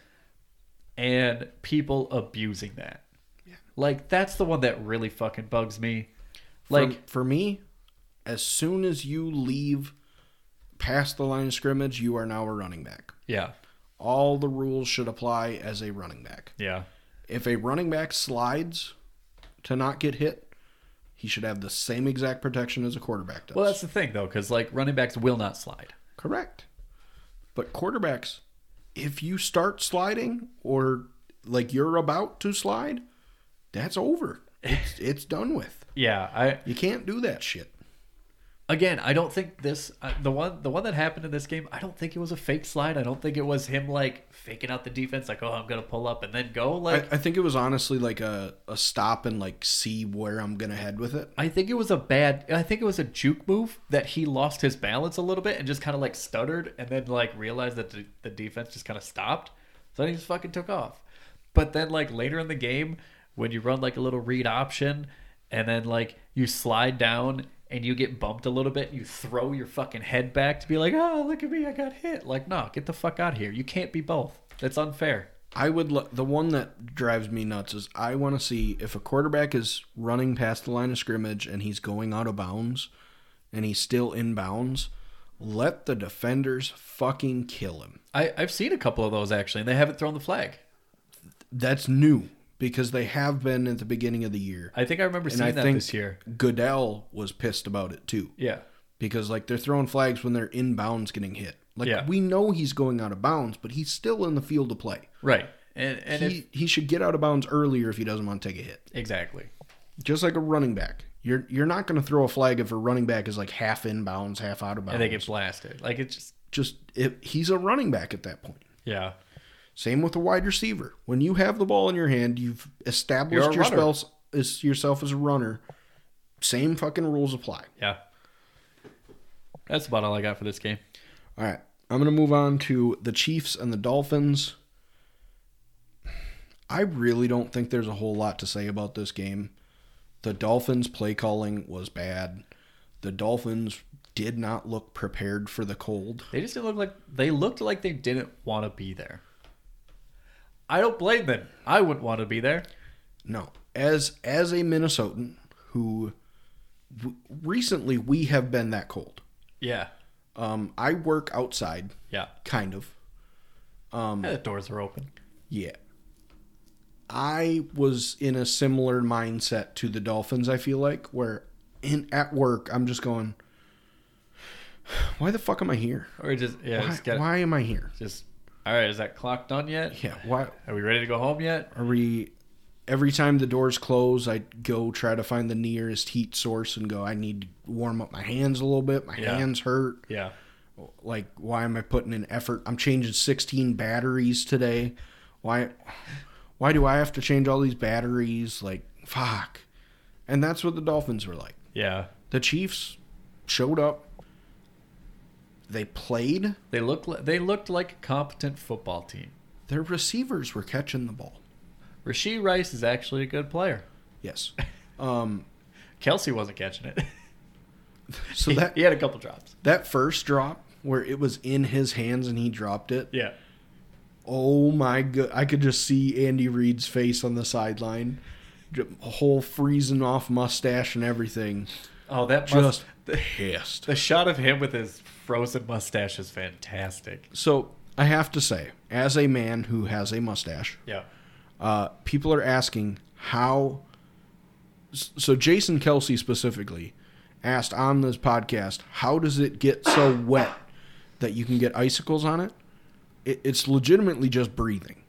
Speaker 2: and people abusing that. Like that's the one that really fucking bugs me. Like
Speaker 3: for, for me, as soon as you leave past the line of scrimmage, you are now a running back.
Speaker 2: yeah.
Speaker 3: All the rules should apply as a running back.
Speaker 2: Yeah.
Speaker 3: If a running back slides to not get hit, he should have the same exact protection as a quarterback does.
Speaker 2: Well, that's the thing though cuz like running backs will not slide.
Speaker 3: Correct. But quarterbacks, if you start sliding or like you're about to slide, that's over.
Speaker 2: <laughs>
Speaker 3: It's it's done with.
Speaker 2: Yeah, I
Speaker 3: You can't do that shit.
Speaker 2: again, I don't think this uh, the one the one that happened in this game. I don't think it was a fake slide. I don't think it was him like faking out the defense, like oh I'm gonna pull up and then go.
Speaker 3: I,
Speaker 2: Like
Speaker 3: I think it was honestly like a, a stop and like see where I'm gonna head with it.
Speaker 2: I, think it was a bad. I think it was a juke move that he lost his balance a little bit and just kind of like stuttered and then like realized that the, the defense just kind of stopped. So then he just fucking took off. But then like later in the game, when you run like a little read option and then like you slide down. And you get bumped a little bit, you throw your fucking head back to be like, oh, look at me, I got hit. Like, no, get the fuck out of here. You can't be both. That's unfair.
Speaker 3: I would lo- the one that drives me nuts is I want to see if a quarterback is running past the line of scrimmage and he's going out of bounds and he's still in bounds, let the defenders fucking kill him.
Speaker 2: I, I've seen a couple of those actually, and they haven't thrown the flag.
Speaker 3: that's new because they have been at the beginning of the year.
Speaker 2: I think I remember
Speaker 3: And
Speaker 2: seeing
Speaker 3: I
Speaker 2: that
Speaker 3: think
Speaker 2: this year.
Speaker 3: Goodell was pissed about it too.
Speaker 2: Yeah.
Speaker 3: Because like they're throwing flags when they're in bounds getting hit. Like
Speaker 2: Yeah.
Speaker 3: we know he's going out of bounds, but he's still in the field to play.
Speaker 2: Right. And and
Speaker 3: he
Speaker 2: if,
Speaker 3: he should get out of bounds earlier if he doesn't want to take a hit.
Speaker 2: exactly.
Speaker 3: Just like a running back. You're you're not going to throw a flag if a running back is like half in bounds, half out of bounds.
Speaker 2: And they get blasted. Like it's just
Speaker 3: Just if he's a running back at that point.
Speaker 2: yeah.
Speaker 3: Same with a wide receiver. When you have the ball in your hand, you've
Speaker 2: You're
Speaker 3: established
Speaker 2: a
Speaker 3: yourself as, yourself as a runner. Same fucking rules apply.
Speaker 2: Yeah. That's about all I got for this game.
Speaker 3: All right. I'm going to move on to the Chiefs and the Dolphins. I really don't think there's a whole lot to say about this game. The Dolphins' play calling was bad. The Dolphins did not look prepared for the cold.
Speaker 2: They just didn't look like they looked like they didn't want to be there. I don't blame them. I wouldn't want to be there.
Speaker 3: No, as as a Minnesotan who w- recently we have been that cold.
Speaker 2: Yeah.
Speaker 3: Um, I work outside,
Speaker 2: Yeah.
Speaker 3: kind of.
Speaker 2: Yeah, the doors are open.
Speaker 3: Yeah. I was in a similar mindset to the Dolphins. I feel like where in at work I'm just going, <sighs> why the fuck am I here?
Speaker 2: Or just yeah,
Speaker 3: Why,
Speaker 2: just get
Speaker 3: why am I here?
Speaker 2: just all right, is that clock done yet?
Speaker 3: Yeah. Why
Speaker 2: Are we ready to go home yet?
Speaker 3: are we? Every time the doors close, I go try to find the nearest heat source and go. I need to warm up my hands a little bit. My
Speaker 2: Yeah.
Speaker 3: hands hurt.
Speaker 2: Yeah.
Speaker 3: like why am i putting in effort i'm changing 16 batteries today why Why do I have to change all these batteries? Like, fuck. And that's what the Dolphins were like.
Speaker 2: Yeah.
Speaker 3: The Chiefs showed up. They played.
Speaker 2: They look li- they looked like a competent football team.
Speaker 3: Their receivers were catching the ball.
Speaker 2: Rasheed Rice is actually a good player.
Speaker 3: Yes. Um,
Speaker 2: Kelsey wasn't catching it. <laughs>
Speaker 3: so that
Speaker 2: he had a couple drops.
Speaker 3: that first drop where it was in his hands and he dropped it.
Speaker 2: Yeah.
Speaker 3: Oh my god! I could just see Andy Reid's face on the sideline, J- whole freezing off mustache and everything.
Speaker 2: Oh, that must,
Speaker 3: Just pissed.
Speaker 2: the shot of him with his frozen mustache is fantastic.
Speaker 3: So I have to say, as a man who has a mustache,
Speaker 2: Yeah.
Speaker 3: uh, people are asking how. s- So Jason Kelsey specifically asked on this podcast, "How does it get so wet that you can get icicles on it?" it it's legitimately just breathing.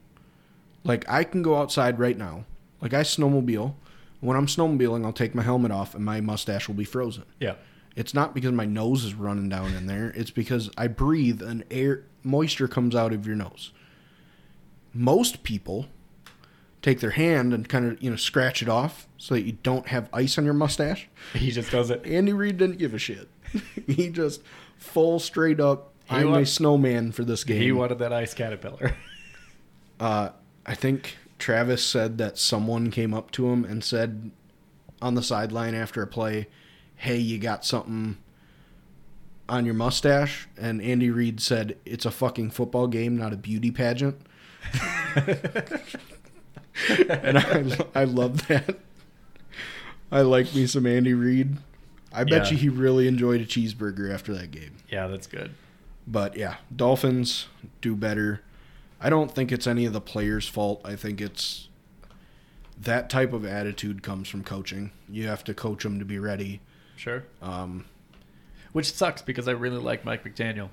Speaker 3: Like I can go outside right now. Like I snowmobile. When I'm snowmobiling, I'll take my helmet off and my mustache will be frozen.
Speaker 2: Yeah.
Speaker 3: It's not because my nose is running down in there. It's because I breathe and air moisture comes out of your nose. Most people take their hand and kind of, you know, scratch it off so that you don't have ice on your mustache.
Speaker 2: He just does it.
Speaker 3: Andy Reid didn't give a shit. <laughs> he just full straight up I'm
Speaker 2: wa-
Speaker 3: a snowman for this game.
Speaker 2: He wanted that ice caterpillar. <laughs>
Speaker 3: I think Travis said that someone came up to him and said on the sideline after a play, "Hey, you got something on your mustache?" And Andy Reid said, "It's a fucking football game, not a beauty pageant." and I, I love that. I like me some Andy Reid. I bet
Speaker 2: Yeah.
Speaker 3: you he really enjoyed a cheeseburger after that game.
Speaker 2: yeah, that's good.
Speaker 3: But yeah, Dolphins do better. I don't think it's any of the players' fault. I think it's that type of attitude comes from coaching. You have to coach them to be ready.
Speaker 2: Sure.
Speaker 3: Um,
Speaker 2: Which sucks because I really like Mike McDaniel.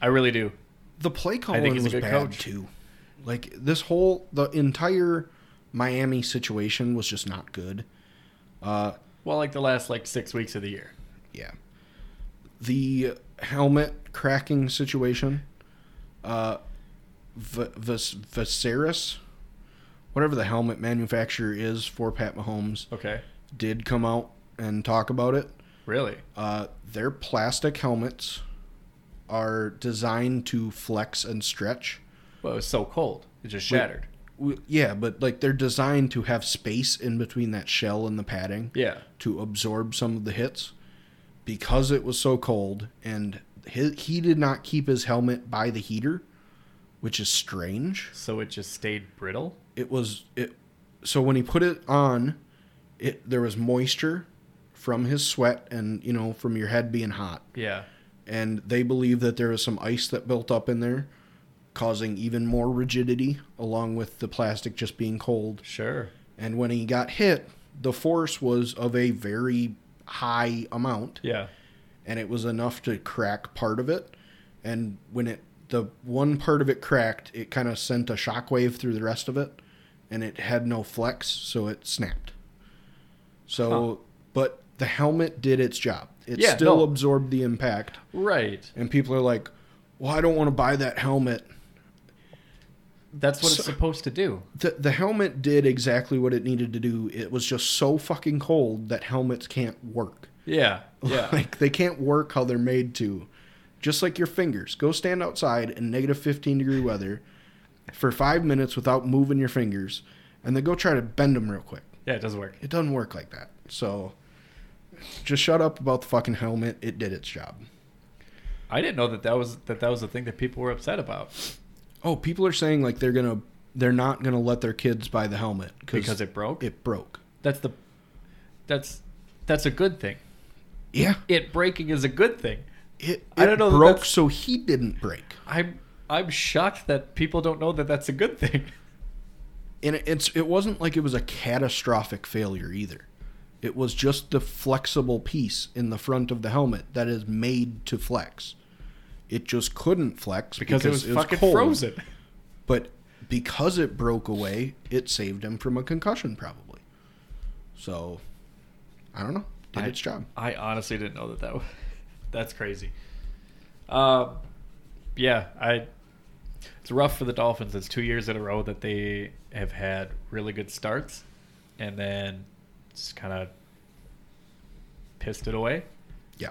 Speaker 2: I really do.
Speaker 3: the play
Speaker 2: think
Speaker 3: calling
Speaker 2: he's a
Speaker 3: was
Speaker 2: good
Speaker 3: bad
Speaker 2: coach.
Speaker 3: too. Like this whole the entire Miami situation was just not good. Uh,
Speaker 2: Well, like the last like six weeks of the year.
Speaker 3: yeah, the helmet cracking situation. Uh, v- Vis- Viserys, whatever the helmet manufacturer is for Pat Mahomes,
Speaker 2: Okay.
Speaker 3: did come out and talk about it.
Speaker 2: Really?
Speaker 3: Uh, their plastic helmets are designed to flex and stretch.
Speaker 2: Well, it was so cold. It just shattered.
Speaker 3: W- Yeah, but like they're designed to have space in between that shell and the padding
Speaker 2: Yeah.
Speaker 3: to absorb some of the hits. Because it was so cold and he, he did not keep his helmet by the heater, which is strange.
Speaker 2: So it just stayed brittle?
Speaker 3: it was it so when he put it on it there was moisture from his sweat and you know from your head being hot
Speaker 2: Yeah.
Speaker 3: and they believe that there was some ice that built up in there causing even more rigidity along with the plastic just being cold
Speaker 2: Sure.
Speaker 3: and when he got hit the force was of a very high amount
Speaker 2: Yeah.
Speaker 3: and it was enough to crack part of it and when it the one part of it cracked it kind of sent a shockwave through the rest of it and it had no flex so it snapped so but the helmet did its job it
Speaker 2: Yeah,
Speaker 3: still
Speaker 2: no.
Speaker 3: absorbed the impact
Speaker 2: Right.
Speaker 3: and people are like well i don't want to buy that helmet
Speaker 2: That's what
Speaker 3: So-
Speaker 2: it's supposed to do.
Speaker 3: the, the helmet did exactly what it needed to do it was just so fucking cold that helmets can't work
Speaker 2: Yeah. Yeah.
Speaker 3: <laughs> Like they can't work how they're made to. Just like your fingers. Go stand outside in negative 15 degree weather for five minutes without moving your fingers, and then go try to bend them real quick.
Speaker 2: <laughs> yeah, it doesn't work.
Speaker 3: It doesn't work like that. So just shut up about the fucking helmet. It did its job.
Speaker 2: I didn't know that that was that that was a thing that people were upset about
Speaker 3: Oh, people are saying like they're gonna, they're not gonna let their kids buy the helmet
Speaker 2: because it broke.
Speaker 3: it broke.
Speaker 2: that's the that's that's a good thing.
Speaker 3: Yeah,
Speaker 2: It breaking is a good thing.
Speaker 3: it, it
Speaker 2: I don't know that
Speaker 3: broke,
Speaker 2: that's-
Speaker 3: so he didn't break.
Speaker 2: I'm I'm shocked that people don't know that that's a good thing. <laughs>
Speaker 3: and it- it's it wasn't like it was a catastrophic failure either. It was just the flexible piece in the front of the helmet that is made to flex. It just couldn't flex
Speaker 2: Because, it was fucking
Speaker 3: cold,
Speaker 2: frozen.
Speaker 3: But because it broke away, it saved him from a concussion probably. So I don't know. Did
Speaker 2: I-
Speaker 3: its job.
Speaker 2: I honestly didn't know <laughs> that that was that's crazy. Um, yeah, I it's rough for the Dolphins. It's two years in a row that they have had really good starts, and then just kind of pissed it away.
Speaker 3: Yeah.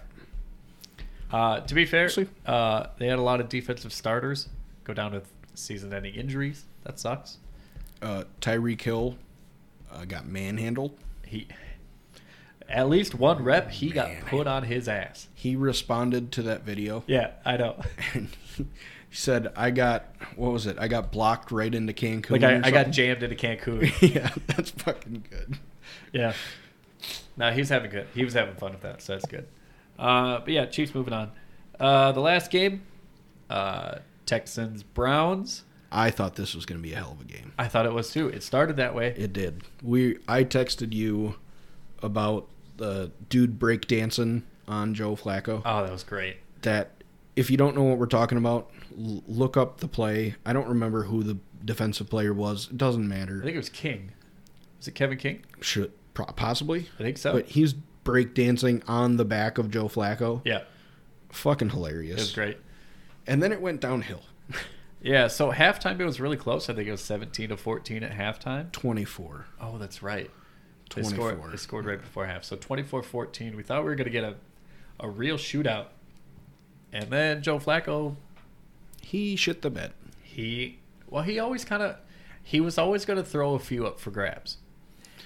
Speaker 2: Uh, to be fair,
Speaker 3: See.
Speaker 2: uh, they had a lot of defensive starters go down with season-ending injuries. That sucks.
Speaker 3: Uh, Tyreek Hill uh, got manhandled.
Speaker 2: He, at least one rep, he got put on his ass.
Speaker 3: He responded to that video
Speaker 2: Yeah, I <laughs> know.
Speaker 3: and he said, "I got what was it? I got blocked right into Cancun."
Speaker 2: Like I,
Speaker 3: or
Speaker 2: I got
Speaker 3: something."
Speaker 2: jammed into Cancun. <laughs>
Speaker 3: <laughs> yeah, that's fucking good.
Speaker 2: Yeah. No, he was having good. He was having fun with that, so that's good. Uh, but yeah, Chiefs moving on. Uh, the last game, uh, Texans Browns.
Speaker 3: I thought this was going to be a hell of a game.
Speaker 2: I thought it was too. It started that way.
Speaker 3: It did. We I texted you about the dude breakdancing on Joe Flacco.
Speaker 2: Oh, that was great.
Speaker 3: that if you don't know what we're talking about, l- look up the play. I don't remember who the defensive player was. It doesn't
Speaker 2: I
Speaker 3: matter.
Speaker 2: think it was King. Was it Kevin King?
Speaker 3: Should pro- possibly,
Speaker 2: I think so.
Speaker 3: but he's breakdancing on the back of Joe Flacco.
Speaker 2: yeah,
Speaker 3: Fucking
Speaker 2: it was
Speaker 3: hilarious.
Speaker 2: great.
Speaker 3: And then it went downhill.
Speaker 2: Yeah, so halftime it was really close. I think it was seventeen to fourteen at halftime.
Speaker 3: 24.
Speaker 2: Oh, that's right. They
Speaker 3: 24.
Speaker 2: scored, they scored right before half. So 24-14. We thought we were going to get a, a real shootout. And then Joe Flacco
Speaker 3: He shit the bed.
Speaker 2: he well he always kind of he was always going to throw a few up for grabs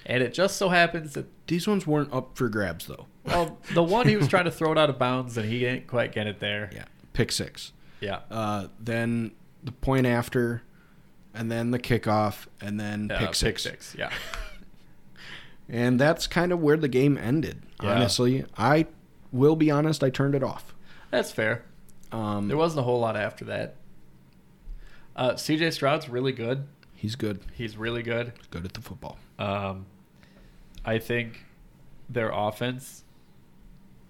Speaker 2: and it just so happens that
Speaker 3: These ones weren't up for grabs though.
Speaker 2: well the one he was trying to throw it out of bounds and he didn't quite get it <laughs> there
Speaker 3: Yeah. Pick 6.
Speaker 2: yeah
Speaker 3: Uh, then the point after and then the kickoff and then
Speaker 2: Uh,
Speaker 3: pick 6.
Speaker 2: yeah
Speaker 3: <laughs> And that's kind of where the game ended.
Speaker 2: Yeah.
Speaker 3: Honestly, I will be honest, I turned it off.
Speaker 2: that's fair there
Speaker 3: Um,
Speaker 2: wasn't a whole lot after that uh, cj stroud's really good
Speaker 3: he's good,
Speaker 2: he's really good
Speaker 3: good at the football.
Speaker 2: Um, I think their offense,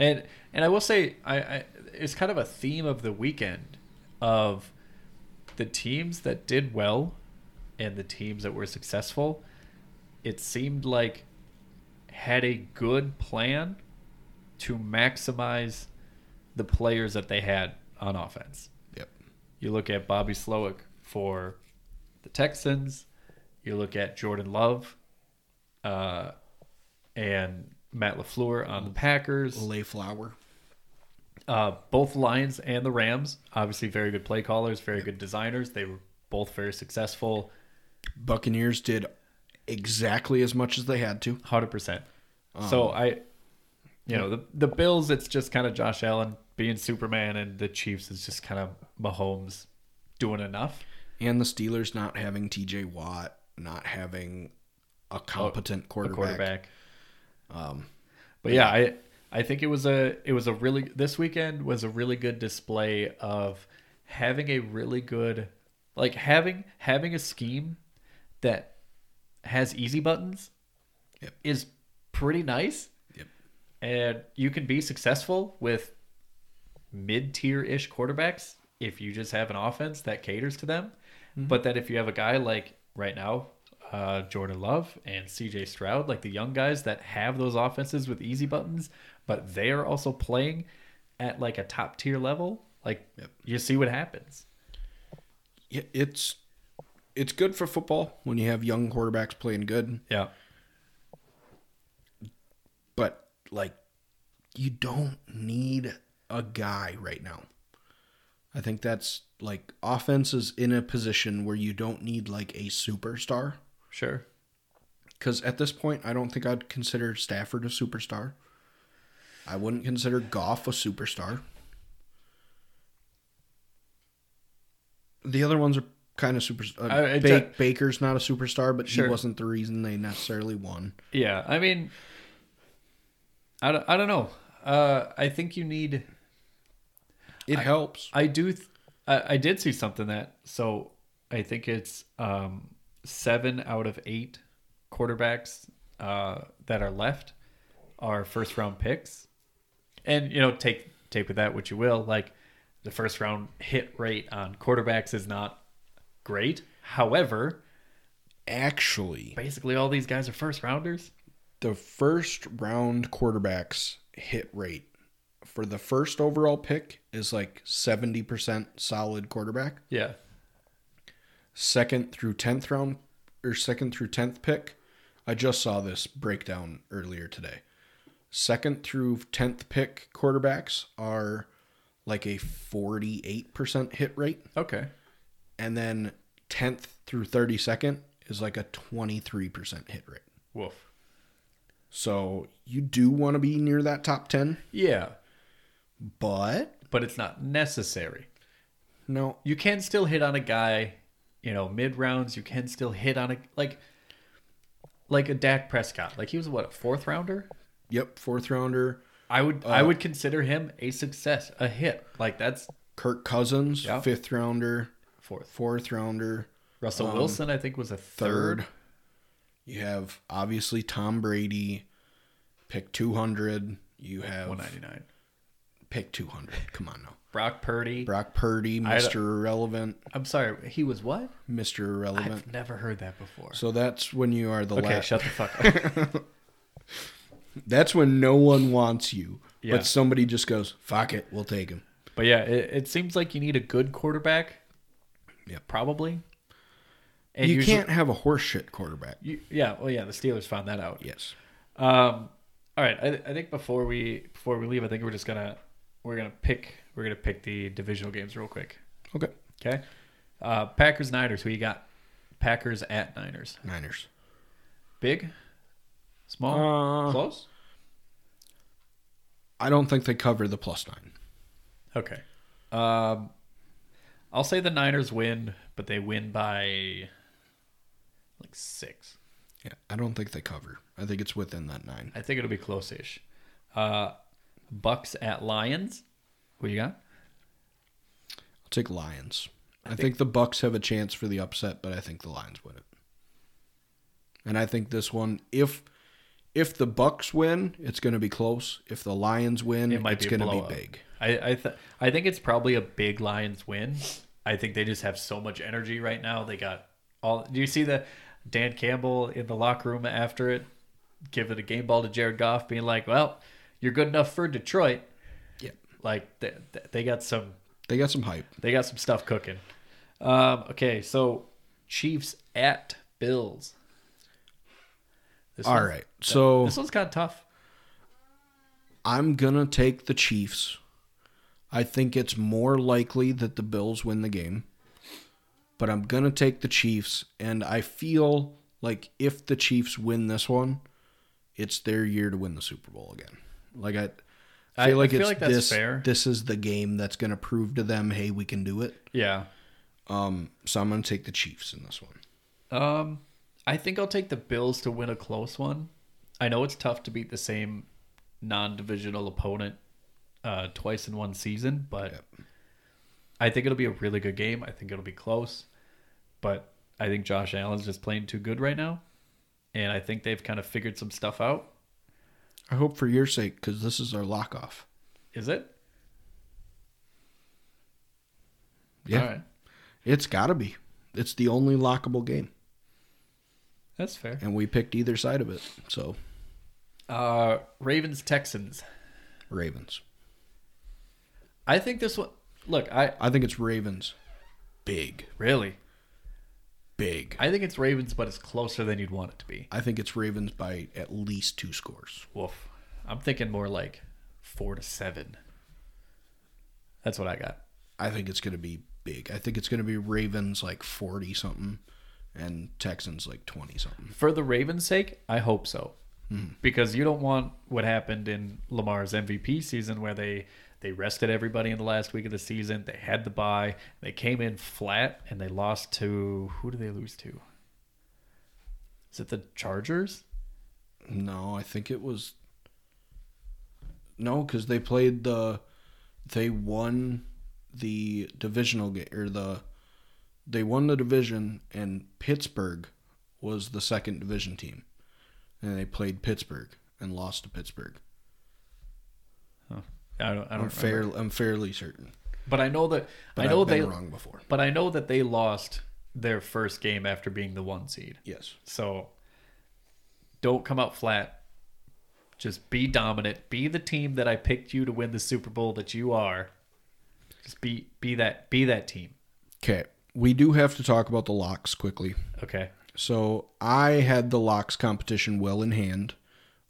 Speaker 2: and and I will say, I, I it's kind of a theme of the weekend of the teams that did well and the teams that were successful. It seemed like had a good plan to maximize the players that they had on offense.
Speaker 3: Yep.
Speaker 2: You look at Bobby Slowick for the Texans. You look at Jordan Love uh, and Matt LaFleur on the Packers.
Speaker 3: Lay Flower.
Speaker 2: Uh, both Lions and the Rams, obviously very good play callers, very good designers. They were both very successful,
Speaker 3: Buccaneers did exactly as much as they had to.
Speaker 2: 100%. so I, you know, the, the Bills, it's just kind of Josh Allen being Superman, and the Chiefs is just kind of Mahomes doing enough.
Speaker 3: And the Steelers not having TJ Watt, not having a competent quarterback.
Speaker 2: quarterback. Um, but yeah, I I think it was a it was a really this weekend was a really good display of having a really good like having having a scheme that has easy buttons
Speaker 3: Yep.
Speaker 2: is pretty nice.
Speaker 3: Yep.
Speaker 2: And you can be successful with mid tier ish quarterbacks if you just have an offense that caters to them. But then if you have a guy like right now, uh, Jordan Love and CJ Stroud, like the young guys that have those offenses with easy buttons, but they are also playing at like a top tier level, like
Speaker 3: Yep.
Speaker 2: you see what happens.
Speaker 3: Yeah, It's it's good for football when you have young quarterbacks playing good,
Speaker 2: Yeah.
Speaker 3: but like you don't need a guy right now. I think that's like offense is in a position where you don't need like a superstar.
Speaker 2: Sure.
Speaker 3: Because at this point, I don't think I'd consider Stafford a superstar. I wouldn't consider Goff a superstar. The other ones are kind of super. Uh,
Speaker 2: I- I-
Speaker 3: Ba- Baker's not a superstar, but
Speaker 2: Sure.
Speaker 3: he wasn't the reason they necessarily won.
Speaker 2: Yeah, I mean, I don't, I don't know. Uh, I think you need.
Speaker 3: It helps.
Speaker 2: I do. Th- I, I did see something that so I think it's um, seven out of eight quarterbacks uh, that are left are first round picks, and you know take take with that what you will. Like the first round hit rate on quarterbacks is not great. However,
Speaker 3: Actually,
Speaker 2: basically all these guys are first rounders.
Speaker 3: the first round quarterbacks hit rate for the first overall pick is like 70% solid quarterback.
Speaker 2: Yeah,
Speaker 3: second through 10th round or second through 10th pick. I just saw this breakdown earlier today. Second through 10th pick quarterbacks are like a 48% hit rate.
Speaker 2: Okay.
Speaker 3: And then 10th through 32nd is like a 23% hit rate.
Speaker 2: Woof.
Speaker 3: So you do want to be near that top 10,
Speaker 2: Yeah,
Speaker 3: but
Speaker 2: but it's not necessary.
Speaker 3: no,
Speaker 2: You can still hit on a guy, you know, mid rounds. You can still hit on a like, like a Dak Prescott. Like he was what a fourth rounder.
Speaker 3: Yep, fourth rounder.
Speaker 2: I would
Speaker 3: Uh,
Speaker 2: I would consider him a success, a hit. Like that's
Speaker 3: Kirk Cousins,
Speaker 2: Yeah.
Speaker 3: fifth rounder,
Speaker 2: fourth.
Speaker 3: fourth rounder,
Speaker 2: Russell Wilson, I think, was a
Speaker 3: Um, third.
Speaker 2: third.
Speaker 3: You have obviously Tom Brady, pick 200. You have
Speaker 2: One ninety nine.
Speaker 3: pick 200. Come on now.
Speaker 2: Brock Purdy.
Speaker 3: Brock Purdy,
Speaker 2: had a-
Speaker 3: Mr. Irrelevant,
Speaker 2: I'm sorry, he was what?
Speaker 3: Mr. Irrelevant.
Speaker 2: I've never heard that before.
Speaker 3: So that's when you are the
Speaker 2: okay,
Speaker 3: last.
Speaker 2: shut the
Speaker 3: <laughs>
Speaker 2: fuck up.
Speaker 3: That's when no one wants you,
Speaker 2: Yeah.
Speaker 3: but somebody just goes, "Fuck it, we'll take him."
Speaker 2: but yeah, it, it seems like you need a good quarterback.
Speaker 3: Yeah.
Speaker 2: probably. And
Speaker 3: you
Speaker 2: usually-
Speaker 3: can't have a horseshit quarterback.
Speaker 2: You, yeah, well, yeah, the Steelers found that out.
Speaker 3: Yes.
Speaker 2: Um, all right, I, I think before we before we leave, I think we're just gonna we're gonna pick we're gonna pick the divisional games real quick.
Speaker 3: Okay.
Speaker 2: Okay, uh, Packers Niners. Who you got? Packers at Niners.
Speaker 3: Niners.
Speaker 2: Big, small, close.
Speaker 3: I don't think they cover the plus nine.
Speaker 2: Okay. Um, I'll say the Niners win, but they win by like six.
Speaker 3: Yeah, I don't think they cover. I think it's within that nine.
Speaker 2: I think it'll be close-ish. Uh, Bucks at Lions. Who you got?
Speaker 3: I'll take Lions. I think, the Bucks have a chance for the upset, but I think the Lions win it. And I think this one, if if the Bucks win, it's going to be close. If the Lions win,
Speaker 2: It might
Speaker 3: it's
Speaker 2: be a
Speaker 3: going to
Speaker 2: blowout.
Speaker 3: be big.
Speaker 2: I I, th- I think it's probably a big Lions win. I think they just have so much energy right now. They got all. Do you see the Dan Campbell in the locker room after it, giving a game ball to Jared Goff, being like, "Well, you're good enough for Detroit."
Speaker 3: Yeah.
Speaker 2: Like they, they got some
Speaker 3: They got some hype.
Speaker 2: they got some stuff cooking. Um, okay, so Chiefs at Bills. This
Speaker 3: All
Speaker 2: one's-
Speaker 3: right. So
Speaker 2: This one's kind of tough.
Speaker 3: I'm going to take the Chiefs. I think it's more likely that the Bills win the game. But I'm going to take the Chiefs. And I feel like if the Chiefs win this one, it's their year to win the Super Bowl again. Like, I. I
Speaker 2: I-
Speaker 3: feel
Speaker 2: I
Speaker 3: like
Speaker 2: feel
Speaker 3: it's
Speaker 2: like that's
Speaker 3: this.
Speaker 2: fair.
Speaker 3: This is the game that's going to prove to them, hey, we can do it.
Speaker 2: Yeah.
Speaker 3: Um, so I'm going to take the Chiefs in this one.
Speaker 2: Um, I think I'll take the Bills to win a close one. I know it's tough to beat the same non-divisional opponent uh, twice in one season, but
Speaker 3: Yep.
Speaker 2: I think it'll be a really good game. I think it'll be close, but I think Josh Allen's just playing too good right now, and I think they've kind of figured some stuff out.
Speaker 3: I hope for your sake, because this is our lock off.
Speaker 2: Is it?
Speaker 3: Yeah,
Speaker 2: All right.
Speaker 3: it's got to be. It's the only lockable game.
Speaker 2: That's fair.
Speaker 3: and we picked either side of it. So
Speaker 2: Uh, Ravens Texans.
Speaker 3: Ravens.
Speaker 2: I think this one. Look, I
Speaker 3: I think it's Ravens. Big,
Speaker 2: really.
Speaker 3: big.
Speaker 2: I think it's Ravens, but it's closer than you'd want it to be.
Speaker 3: I think it's Ravens by at least two scores.
Speaker 2: Woof. I'm thinking more like four to seven. That's what I got.
Speaker 3: I think it's going to be big. I think it's going to be Ravens like 40 something and Texans like 20 something.
Speaker 2: For the Ravens' sake, I hope so.
Speaker 3: Hmm.
Speaker 2: Because you don't want what happened in Lamar's MVP season where they they rested everybody in the last week of the season. They had the bye. They came in flat and they lost to who did they lose to? Is it the Chargers?
Speaker 3: No, I think it was No, cuz they played the they won the divisional game or the they won the division and Pittsburgh was the second division team. And they played Pittsburgh and lost to Pittsburgh.
Speaker 2: I don't I
Speaker 3: I'm
Speaker 2: don't
Speaker 3: fair
Speaker 2: remember.
Speaker 3: I'm fairly certain.
Speaker 2: But I know that
Speaker 3: But
Speaker 2: I know
Speaker 3: have been
Speaker 2: they
Speaker 3: wrong before.
Speaker 2: but I know that they lost their first game after being the one seed.
Speaker 3: Yes.
Speaker 2: So don't come out flat. Just be dominant. Be the team that I picked you to win the Super Bowl that you are. Just be be that be that team.
Speaker 3: Okay. we do have to talk about the locks quickly.
Speaker 2: Okay.
Speaker 3: So I had the locks competition well in hand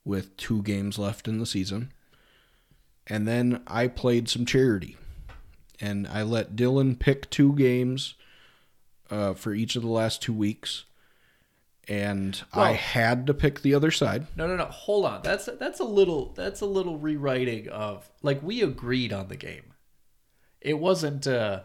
Speaker 3: with two games left in the season. And then I played some charity. And I let Dylan pick two games uh, for each of the last two weeks. And I
Speaker 2: Well-
Speaker 3: had to pick the other side.
Speaker 2: No, no, no. Hold on. That's that's a little that's a little rewriting of like we agreed on the game. It wasn't uh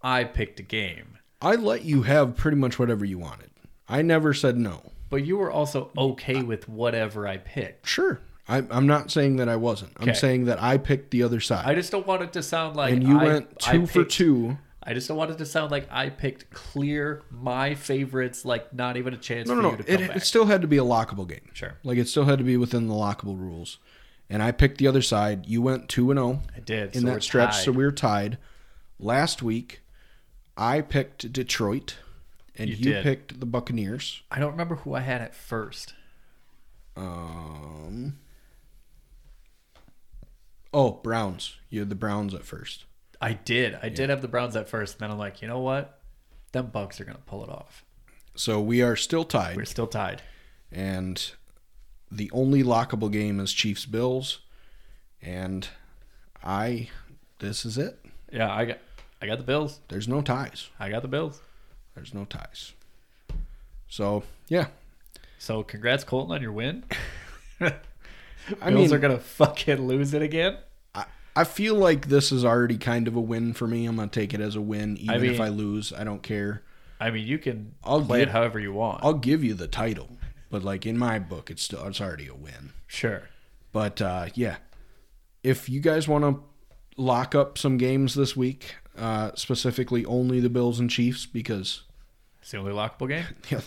Speaker 2: I picked a game,
Speaker 3: I let you have pretty much whatever you wanted. I never said no.
Speaker 2: but you were also okay with whatever I picked.
Speaker 3: Sure. I, I'm not saying that I wasn't. I'm
Speaker 2: Okay.
Speaker 3: saying that I picked the other side.
Speaker 2: I just don't want it to sound like
Speaker 3: and you
Speaker 2: I-
Speaker 3: went
Speaker 2: I
Speaker 3: two for
Speaker 2: picked-
Speaker 3: two.
Speaker 2: I just don't want it to sound like I picked clear my favorites, like not even a chance
Speaker 3: No,
Speaker 2: for
Speaker 3: no,
Speaker 2: you
Speaker 3: no.
Speaker 2: to
Speaker 3: It,
Speaker 2: come back.
Speaker 3: it still had to be a lockable game.
Speaker 2: Sure.
Speaker 3: Like it still had to be within the lockable rules. And I picked the other side. You went two and zero
Speaker 2: I did.
Speaker 3: in
Speaker 2: so we're
Speaker 3: that stretch, so
Speaker 2: tied.
Speaker 3: we were tied. Last week, I picked Detroit, and
Speaker 2: You
Speaker 3: you,
Speaker 2: did.
Speaker 3: picked the Buccaneers.
Speaker 2: I don't remember who I had at first.
Speaker 3: Um. Oh, Browns. You had the Browns at first.
Speaker 2: I did. I did have the Browns at first, and then I'm like, you know what? Them Bucks are gonna pull it off.
Speaker 3: So we are still tied.
Speaker 2: We're still tied.
Speaker 3: and the only lockable game is Chiefs Bills, and I this is it.
Speaker 2: Yeah, I got I got the Bills.
Speaker 3: There's no ties.
Speaker 2: I got the Bills.
Speaker 3: There's no ties. So yeah,
Speaker 2: So congrats, Colton, on your win.
Speaker 3: <laughs> I
Speaker 2: Bills
Speaker 3: mean,
Speaker 2: are gonna fucking lose it again.
Speaker 3: I, I feel like this is already kind of a win for me. I'm gonna take it as a win, even if
Speaker 2: mean-
Speaker 3: I lose. I don't care.
Speaker 2: I mean, you can
Speaker 3: I'll
Speaker 2: play
Speaker 3: give-
Speaker 2: it however you want.
Speaker 3: I'll give you the title, but like in my book, it's still it's already a win.
Speaker 2: sure.
Speaker 3: But uh, yeah, if you guys want to lock up some games this week, uh, specifically only the Bills and Chiefs, because <laughs>
Speaker 2: It's the only lockable game.
Speaker 3: Yeah.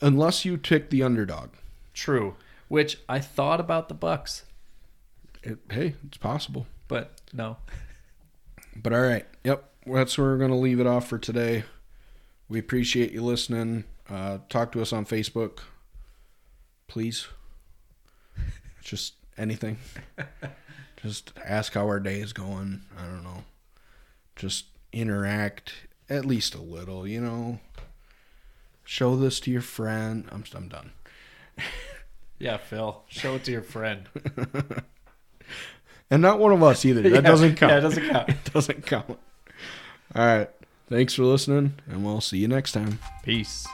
Speaker 3: Unless you pick the underdog.
Speaker 2: True. Which I thought about the Bucks,
Speaker 3: It, hey, it's possible.
Speaker 2: but no.
Speaker 3: But all right. Yep. That's where we're going to leave it off for today. We appreciate you listening. Uh, talk to us on Facebook, please. <laughs> Just <laughs> anything. Just ask how our day is going. I don't know. Just interact at least a little, you know. Show this to your friend. I'm, I'm done.
Speaker 2: Yeah, Phil. Show it to your friend.
Speaker 3: And not one of us <laughs> either. That
Speaker 2: Yeah,
Speaker 3: doesn't count.
Speaker 2: Yeah, it doesn't
Speaker 3: <laughs>
Speaker 2: count.
Speaker 3: doesn't count. All right. Thanks for listening, and we'll see you next time.
Speaker 2: Peace.